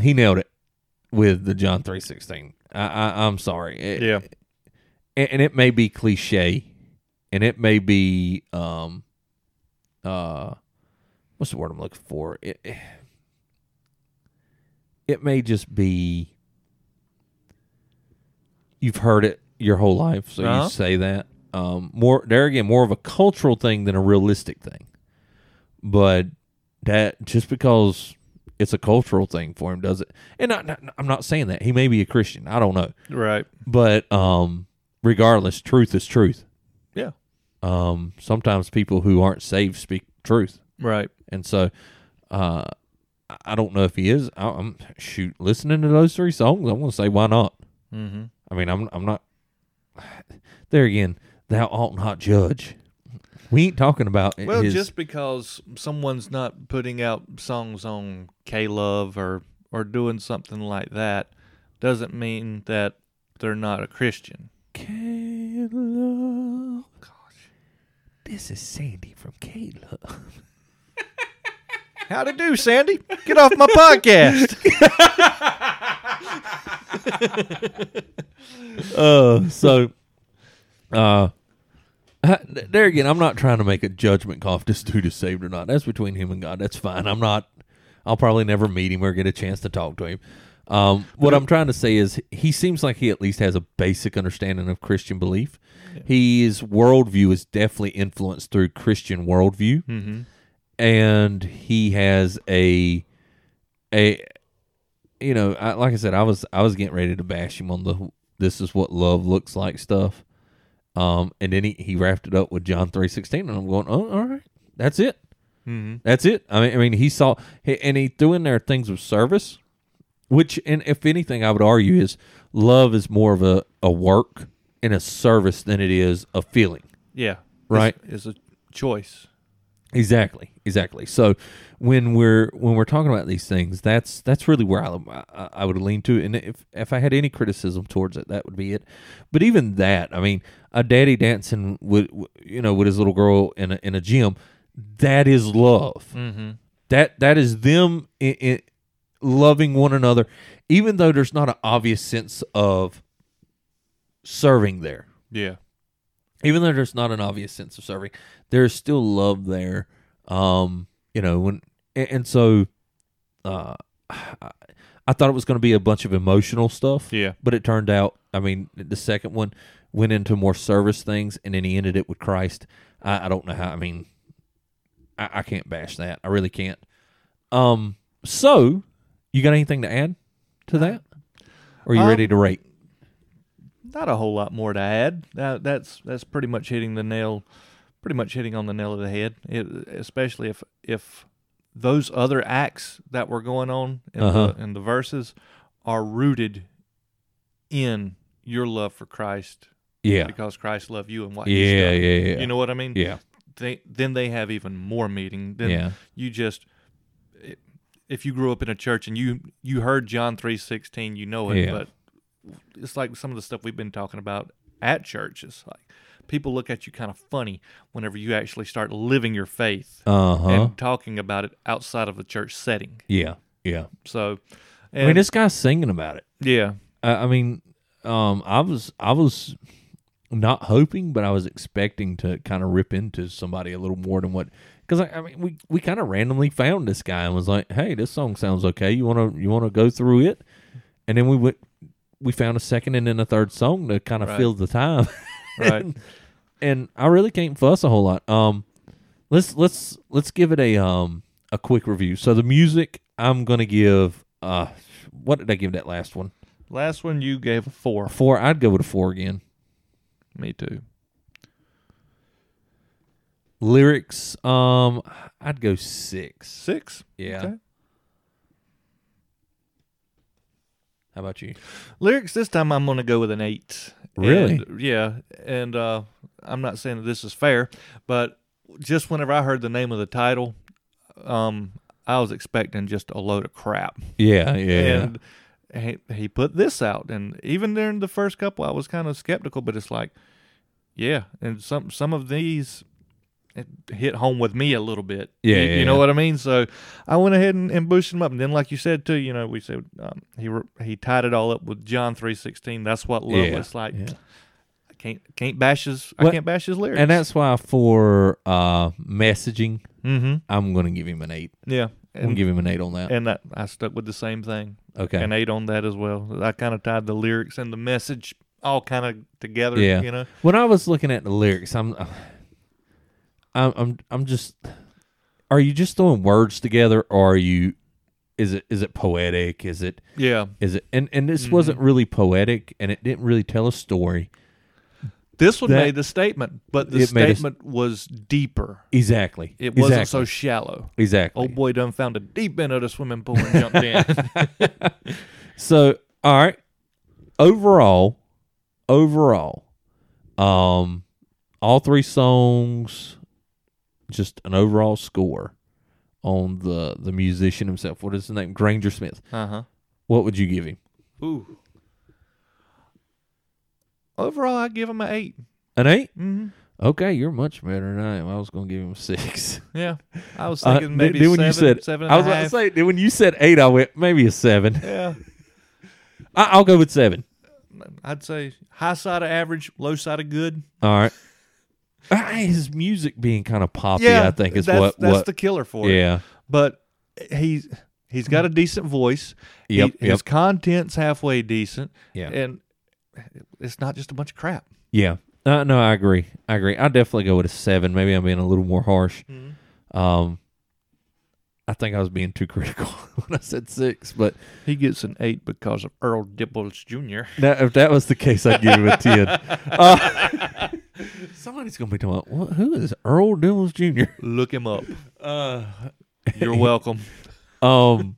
Speaker 1: he nailed it with the John three sixteen. I, I I'm sorry. It-
Speaker 2: yeah.
Speaker 1: and, and it may be cliche, and it may be um, uh, what's the word I'm looking for? It it may just be you've heard it your whole life, so
Speaker 2: Uh-huh.
Speaker 1: you say that. um, more there again more of a cultural thing than a realistic thing. But that just because it's a cultural thing for him does it. And I, I'm not saying that he may be a Christian. I don't know,
Speaker 2: Right.
Speaker 1: but um, regardless, truth is truth.
Speaker 2: Yeah.
Speaker 1: Um, sometimes people who aren't saved speak truth,
Speaker 2: Right.
Speaker 1: and so uh, I- I don't know if he is. I, I'm shoot listening to those three songs. I'm gonna say why not.
Speaker 2: Mm-hmm.
Speaker 1: I mean, I'm I'm not. There again, thou ought not judge. We ain't talking about
Speaker 2: Well,
Speaker 1: his-
Speaker 2: just because someone's not putting out songs on K Love or or doing something like that doesn't mean that they're not a Christian.
Speaker 1: Caleb. Gosh, this is Sandy from Caleb.
Speaker 2: How to do, Sandy? Get off my podcast.
Speaker 1: Uh, so, uh, I- there again, I'm not trying to make a judgment call if this dude is saved or not. That's between him and God. That's fine. I'm not. I'll probably never meet him or get a chance to talk to him. Um, what I'm trying to say is, he seems like he at least has a basic understanding of Christian belief. His worldview is definitely influenced through Christian worldview,
Speaker 2: mm-hmm.
Speaker 1: and he has a a you know, I, like I said, I was I was getting ready to bash him on the this is what love looks like stuff. Um, and then he, he wrapped it up with John three sixteen, and I'm going, oh, all right, that's it,
Speaker 2: Mm-hmm.
Speaker 1: that's it. I mean, I mean, he saw, he, and he threw in there things of service, which, and if anything, I would argue is love is more of a a work and a service than it is a feeling.
Speaker 2: Yeah.
Speaker 1: Right.
Speaker 2: It's, it's a choice.
Speaker 1: Exactly, exactly. So when we're when we're talking about these things, that's that's really where I I, I would lean to. And if if I had any criticism towards it, that would be it. But even that, I mean, a daddy dancing with you know with his little girl in a, in a gym, that is love.
Speaker 2: Mm-hmm.
Speaker 1: That that is them i i loving one another, even though there's not an obvious sense of serving there
Speaker 2: Yeah.
Speaker 1: even though there's not an obvious sense of serving, there's still love there. Um, you know, when and, and so, uh, I, I thought it was going to be a bunch of emotional stuff,
Speaker 2: Yeah.
Speaker 1: but it turned out. I mean, the second one went into more service things, and then he ended it with Christ. I, I don't know how. I mean, I, I can't bash that. I really can't. Um, so you got anything to add to that? Or are you
Speaker 2: Um,
Speaker 1: ready to rate?
Speaker 2: Not a whole lot more to add. That, that's that's pretty much hitting the nail, pretty much hitting on the nail of the head. It, especially if if those other acts that were going on in,
Speaker 1: Uh-huh.
Speaker 2: the, in the verses are rooted in your love for Christ
Speaker 1: Yeah,
Speaker 2: because Christ loved you and what He's
Speaker 1: yeah, yeah,
Speaker 2: done.
Speaker 1: yeah.
Speaker 2: You know what I mean?
Speaker 1: yeah,
Speaker 2: They, then they have even more meaning. Then
Speaker 1: yeah.
Speaker 2: you just if you grew up in a church and you you heard John 3:16 you know it
Speaker 1: Yeah.
Speaker 2: but it's like some of the stuff we've been talking about at churches like people look at you kind of funny whenever you actually start living your faith
Speaker 1: Uh huh.
Speaker 2: and talking about it outside of the church setting
Speaker 1: Yeah, yeah.
Speaker 2: so
Speaker 1: I
Speaker 2: and
Speaker 1: mean, this guy's singing about it.
Speaker 2: yeah
Speaker 1: I, I mean, um, I was, I was not hoping, but I was expecting to kind of rip into somebody a little more than what. Because I, I mean, we we kind of randomly found this guy and was like, "Hey, this song sounds okay. You wanna you wanna go through it?" And then we went, we found a second and then a third song to kind of
Speaker 2: Right.
Speaker 1: fill the time.
Speaker 2: right
Speaker 1: and I really can't fuss a whole lot. Um, let's let's let's give it a um a quick review. So the music, I'm gonna give uh, what did I give that last one?
Speaker 2: last one you gave a 4
Speaker 1: A four. I'd go with a four again.
Speaker 2: me too
Speaker 1: Lyrics, um, I'd go six.
Speaker 2: 6
Speaker 1: Yeah.
Speaker 2: Okay.
Speaker 1: How about you?
Speaker 2: Lyrics this time I'm gonna go with an eight.
Speaker 1: Really?
Speaker 2: And- yeah. And uh, I'm not saying that this is fair, but just whenever I heard the name of the title, um, I was expecting just a load of crap.
Speaker 1: Yeah, yeah,
Speaker 2: And he, he put this out, and even during the first couple, I was kind of skeptical, but it's like, yeah, and some some of these it hit home with me a little bit.
Speaker 1: Yeah,
Speaker 2: you,
Speaker 1: yeah,
Speaker 2: you know
Speaker 1: yeah.
Speaker 2: what I mean. So I went ahead and, and boosted him up, and then like you said too, you know, we said um, he re- he tied it all up with John three sixteen. That's what love
Speaker 1: Yeah,
Speaker 2: looks like.
Speaker 1: yeah.
Speaker 2: I can't can't bash his I
Speaker 1: Well,
Speaker 2: can't bash his lyrics,
Speaker 1: and that's why for uh messaging,
Speaker 2: hmm
Speaker 1: I'm gonna give him an eight.
Speaker 2: yeah,
Speaker 1: I'm gonna
Speaker 2: and,
Speaker 1: give him an eight on that.
Speaker 2: and that I stuck with the same thing.
Speaker 1: okay.
Speaker 2: and eight on that as well. I kind of tied the lyrics and the message all kind of together.
Speaker 1: Yeah.
Speaker 2: You know.
Speaker 1: When I was looking at the lyrics, I'm, I'm, I'm, I'm just. Are you just throwing words together, or are you? Is it is it poetic? Is it
Speaker 2: Yeah.
Speaker 1: is it? And and
Speaker 2: Mm-hmm.
Speaker 1: this wasn't really poetic, and it didn't really tell a story.
Speaker 2: This one
Speaker 1: That-
Speaker 2: made the statement, but the
Speaker 1: It made us-
Speaker 2: statement was deeper.
Speaker 1: Exactly.
Speaker 2: It
Speaker 1: exactly.
Speaker 2: wasn't so shallow.
Speaker 1: exactly.
Speaker 2: Old boy done found a deep end of the swimming pool and jumped in.
Speaker 1: So, all right. Overall, overall, um, all three songs, just an overall score on the the musician himself. What is his name? Granger Smith.
Speaker 2: Uh huh.
Speaker 1: What would you give him?
Speaker 2: Ooh. Overall, I give him an eight.
Speaker 1: An 8
Speaker 2: Mm-hmm.
Speaker 1: Okay, you're much better than I am. I was gonna give him a six.
Speaker 2: Yeah, I was
Speaker 1: Uh,
Speaker 2: thinking maybe
Speaker 1: then
Speaker 2: seven, seven and
Speaker 1: I
Speaker 2: a
Speaker 1: was about to
Speaker 2: half.
Speaker 1: say then when you said eight, I went maybe a seven.
Speaker 2: Yeah,
Speaker 1: I, I'll go with seven.
Speaker 2: I'd say high side of average, low side of good.
Speaker 1: All right. Ah, His music being kind of poppy, I think, is
Speaker 2: that's,
Speaker 1: what
Speaker 2: that's
Speaker 1: what.
Speaker 2: the killer for it.
Speaker 1: yeah.
Speaker 2: but he's he's got a decent voice. He-
Speaker 1: Yep,
Speaker 2: his
Speaker 1: yep.
Speaker 2: content's halfway decent.
Speaker 1: Yeah.
Speaker 2: and it's not just a bunch of crap.
Speaker 1: Yeah. Uh, no, I agree. I agree. I definitely go with a seven. Maybe I'm being a little more harsh.
Speaker 2: Mm-hmm.
Speaker 1: Um, I think I was being too critical when I said six, but
Speaker 2: He gets an eight because of Earl Dibbles Jr.
Speaker 1: that, if that was the case, I'd give him a ten. Uh, somebody's gonna be talking. About, what, who is Earl Dillons Jr.?
Speaker 2: Look him up.
Speaker 1: Uh,
Speaker 2: You're welcome.
Speaker 1: um,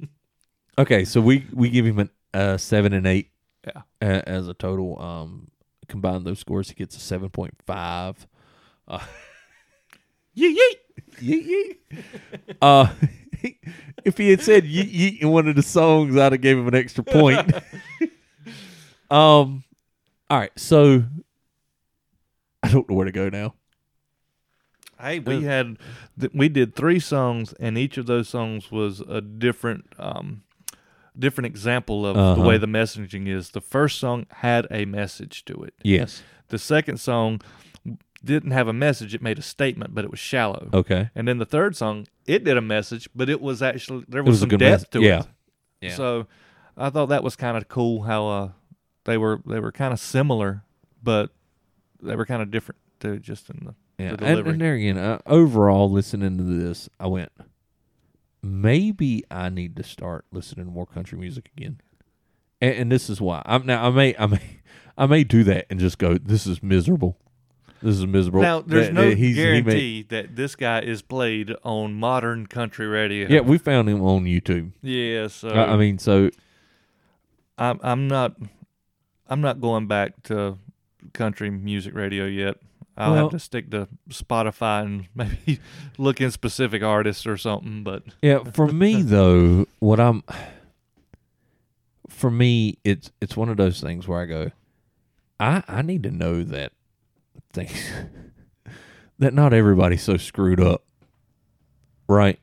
Speaker 1: okay, so we we give him a uh, seven and eight.
Speaker 2: Yeah.
Speaker 1: a- as a total. Um, combine those scores, he gets a seven point five.
Speaker 2: yeet
Speaker 1: yeet yeet. Uh, if he had said yeet yeet in one of the songs, I'd have gave him an extra point. um, all right, so I don't know where to go now.
Speaker 2: Hey, we had th- we did three songs, and each of those songs was a different um, different example of the
Speaker 1: Uh-huh.
Speaker 2: way the messaging is. The first song had a message to it.
Speaker 1: Yes.
Speaker 2: The second song didn't have a message; it made a statement, but it was shallow.
Speaker 1: Okay.
Speaker 2: And then the third song, it did a message, but it was actually there
Speaker 1: It was
Speaker 2: was,
Speaker 1: a
Speaker 2: some
Speaker 1: good
Speaker 2: depth to
Speaker 1: message. Yeah.
Speaker 2: it.
Speaker 1: Yeah.
Speaker 2: So I thought that was kind of cool how uh, they were they were kind of similar, but they were kind of different too, just in the
Speaker 1: Yeah.
Speaker 2: the
Speaker 1: And,
Speaker 2: delivery.
Speaker 1: and there again, uh, overall, listening to this, I went, maybe I need to start listening to more country music again. And, and this is why. I'm now. I may. I may. I may do that and just go. This is miserable. This is miserable.
Speaker 2: Now, there's
Speaker 1: That-
Speaker 2: no
Speaker 1: that he's- he may-
Speaker 2: guarantee that this guy is played on modern country radio.
Speaker 1: Yeah, we found him on YouTube.
Speaker 2: Yeah, so
Speaker 1: I, I mean, so
Speaker 2: I'm I'm not I'm not going back to country music radio yet. I'll
Speaker 1: Well-
Speaker 2: have to stick to Spotify and maybe look in specific artists or something. But
Speaker 1: yeah, for me though, what I'm for me, it's it's one of those things where I go, I I need to know that things that not everybody's so screwed up, right?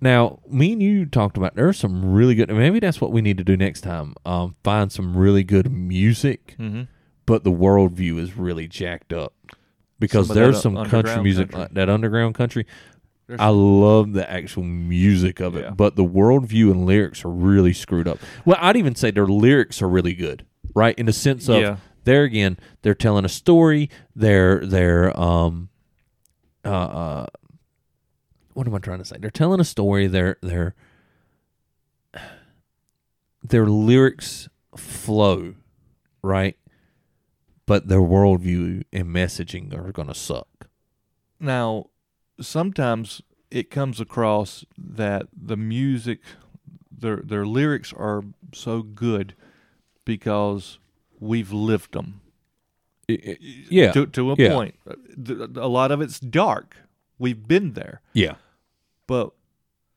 Speaker 1: Now, me and you talked about there are some really good. Maybe that's what we need to do next time. Um, find some really good music,
Speaker 2: Mhm.
Speaker 1: but the worldview is really jacked up because
Speaker 2: Some of that
Speaker 1: there's
Speaker 2: u-
Speaker 1: some country
Speaker 2: underground
Speaker 1: music
Speaker 2: country.
Speaker 1: like that underground country.
Speaker 2: There's-
Speaker 1: I love the actual music of it,
Speaker 2: Yeah.
Speaker 1: but the worldview and lyrics are really screwed up. Well, I'd even say their lyrics are really good, right? In the sense of
Speaker 2: Yeah.
Speaker 1: there again, they're telling a story. They're they're um uh, uh what am I trying to say? They're telling a story. Their their their lyrics flow, right? But their worldview and messaging are gonna suck.
Speaker 2: now sometimes it comes across that the music, their their lyrics are so good because we've lived them.
Speaker 1: yeah.
Speaker 2: to, to a
Speaker 1: Yeah.
Speaker 2: point. Uh, th- A lot of it's dark. We've been there,
Speaker 1: yeah.
Speaker 2: but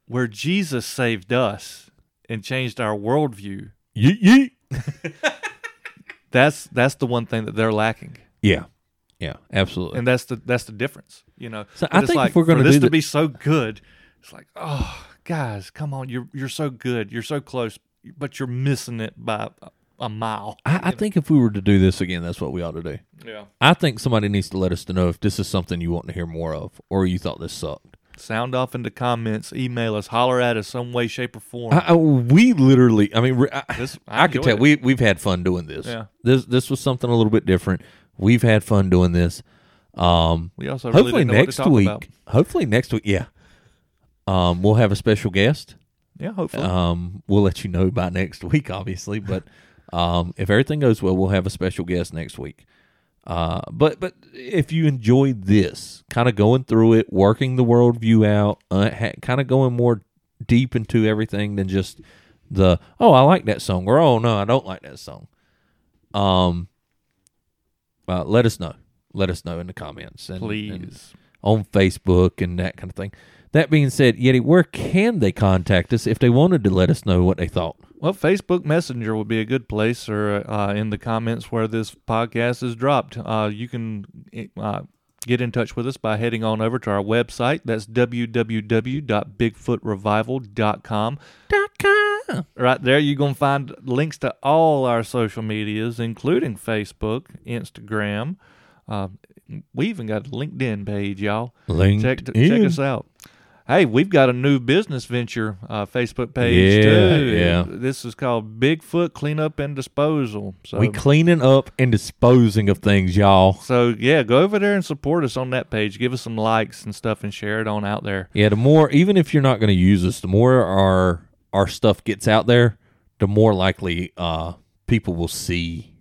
Speaker 2: where Jesus saved us and changed our worldview,
Speaker 1: Yeet yeet.
Speaker 2: that's that's the one thing that they're lacking,
Speaker 1: Yeah. Yeah. Absolutely.
Speaker 2: and that's the that's the difference. You know,
Speaker 1: So I
Speaker 2: But
Speaker 1: think
Speaker 2: it's
Speaker 1: if
Speaker 2: like,
Speaker 1: we're gonna
Speaker 2: for this
Speaker 1: do
Speaker 2: to
Speaker 1: the-
Speaker 2: be so good, it's like, oh, guys, come on, you're you're so good, you're so close, but you're missing it by a- a mile.
Speaker 1: I, I think if we were to do this again, that's what we ought to do.
Speaker 2: Yeah,
Speaker 1: I think somebody needs to let us to know if this is something you want to hear more of, or you thought this sucked.
Speaker 2: Sound off in the comments. Email us. Holler at us some way, shape, or form.
Speaker 1: I, I, we literally, I mean, re- I,
Speaker 2: This- I
Speaker 1: I, could
Speaker 2: enjoyed
Speaker 1: tell
Speaker 2: it.
Speaker 1: we we've had fun doing this.
Speaker 2: Yeah.
Speaker 1: This this was something a little bit different. We've had fun doing this. Um,
Speaker 2: we also really
Speaker 1: hopefully
Speaker 2: didn't know what to
Speaker 1: next
Speaker 2: talk
Speaker 1: week.
Speaker 2: about.
Speaker 1: Hopefully next week. Yeah. Um, we'll have a special guest.
Speaker 2: Yeah, hopefully.
Speaker 1: Um, we'll let you know by next week, obviously. But um, if everything goes well, we'll have a special guest next week. Uh, but but if you enjoyed this, kind of going through it, working the worldview out, uh, ha- kind of going more deep into everything than just the oh I like that song or oh no I don't like that song. Um, uh, let us know. Let us know in the comments. And, and-
Speaker 2: Please.
Speaker 1: on Facebook and that kind of thing. That being said, Yeti, where can they contact us if they wanted to let us know what they thought?
Speaker 2: Well, Facebook Messenger would be a good place, or uh, in the comments where this podcast is dropped. Uh, you can uh, get in touch with us by heading on over to our website. That's www.bigfootrevival.com. Right there, you're going to find links to all our social medias, including Facebook, Instagram. Uh, we even got a LinkedIn page, y'all. Check, check
Speaker 1: LinkedIn.
Speaker 2: us out. Hey, we've got a new business venture uh, Facebook page
Speaker 1: Yeah,
Speaker 2: too.
Speaker 1: yeah.
Speaker 2: This is called Bigfoot Cleanup and Disposal. So,
Speaker 1: We cleaning up and disposing of things, y'all.
Speaker 2: so yeah, go over there and support us on that page. Give us some likes and stuff, and share it on out there.
Speaker 1: Yeah, the more even if you're not going to use us, the more our our stuff gets out there, the more likely uh people will see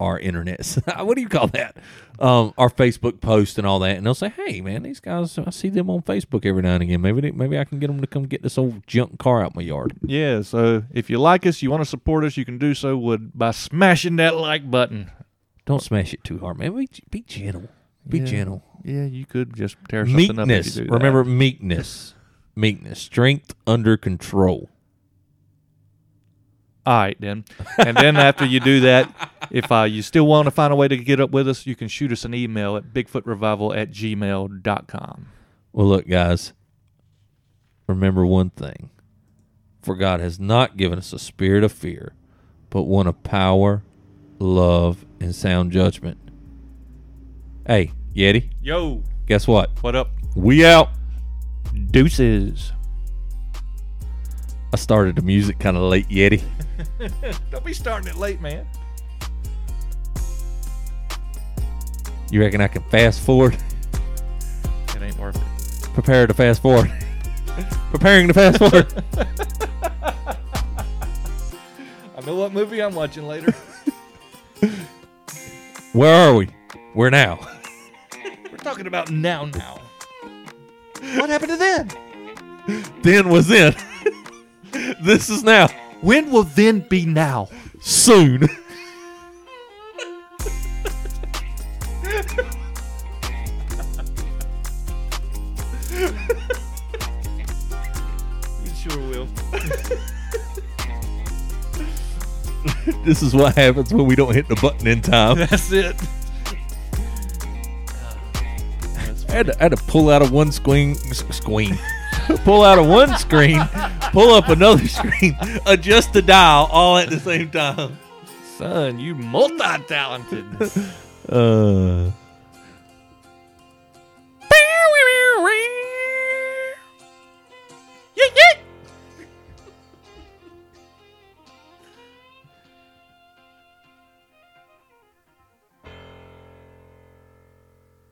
Speaker 1: our internets. what do you call that? Um, our Facebook post and all that, and they'll say, "Hey, man, these guys, I see them on Facebook every now and again. Maybe they, maybe I can get them to come get this old junk car out my yard."
Speaker 2: Yeah. So if you like us, you want to support us, you can do so would by smashing that like button.
Speaker 1: Don't smash it too hard, man. Be, be gentle. Be
Speaker 2: Yeah.
Speaker 1: gentle.
Speaker 2: Yeah, you could just tear something up. If
Speaker 1: Meekness.
Speaker 2: you do that.
Speaker 1: Remember meekness. Meekness. Strength under control.
Speaker 2: All right, then. And then after you do that, if uh, you still want to find a way to get up with us, you can shoot us an email at bigfootrevival at gmail.com.
Speaker 1: Well, look, guys. Remember one thing. For God has not given us a spirit of fear, but one of power, love, and sound judgment. Hey, Yeti,
Speaker 2: Yo,
Speaker 1: guess what?
Speaker 2: what up?
Speaker 1: We out.
Speaker 2: Deuces.
Speaker 1: I started the music kind of late, Yeti.
Speaker 2: Don't be starting it late, man.
Speaker 1: You reckon I can fast forward?
Speaker 2: It ain't worth it.
Speaker 1: Prepare to fast forward. Preparing to fast forward.
Speaker 2: I know what movie I'm watching later.
Speaker 1: Where are we? Where now?
Speaker 2: We're talking about now, now. What happened to then?
Speaker 1: Then was then. this is now.
Speaker 2: When will then be now?
Speaker 1: Soon.
Speaker 2: You sure will.
Speaker 1: this is what happens when we don't hit the button in time.
Speaker 2: That's it.
Speaker 1: I had to, I had to pull out of one screen, s- screen, pull out of one screen, pull up another screen, adjust the dial all at the same time.
Speaker 2: Son, you multi talented.
Speaker 1: Uh.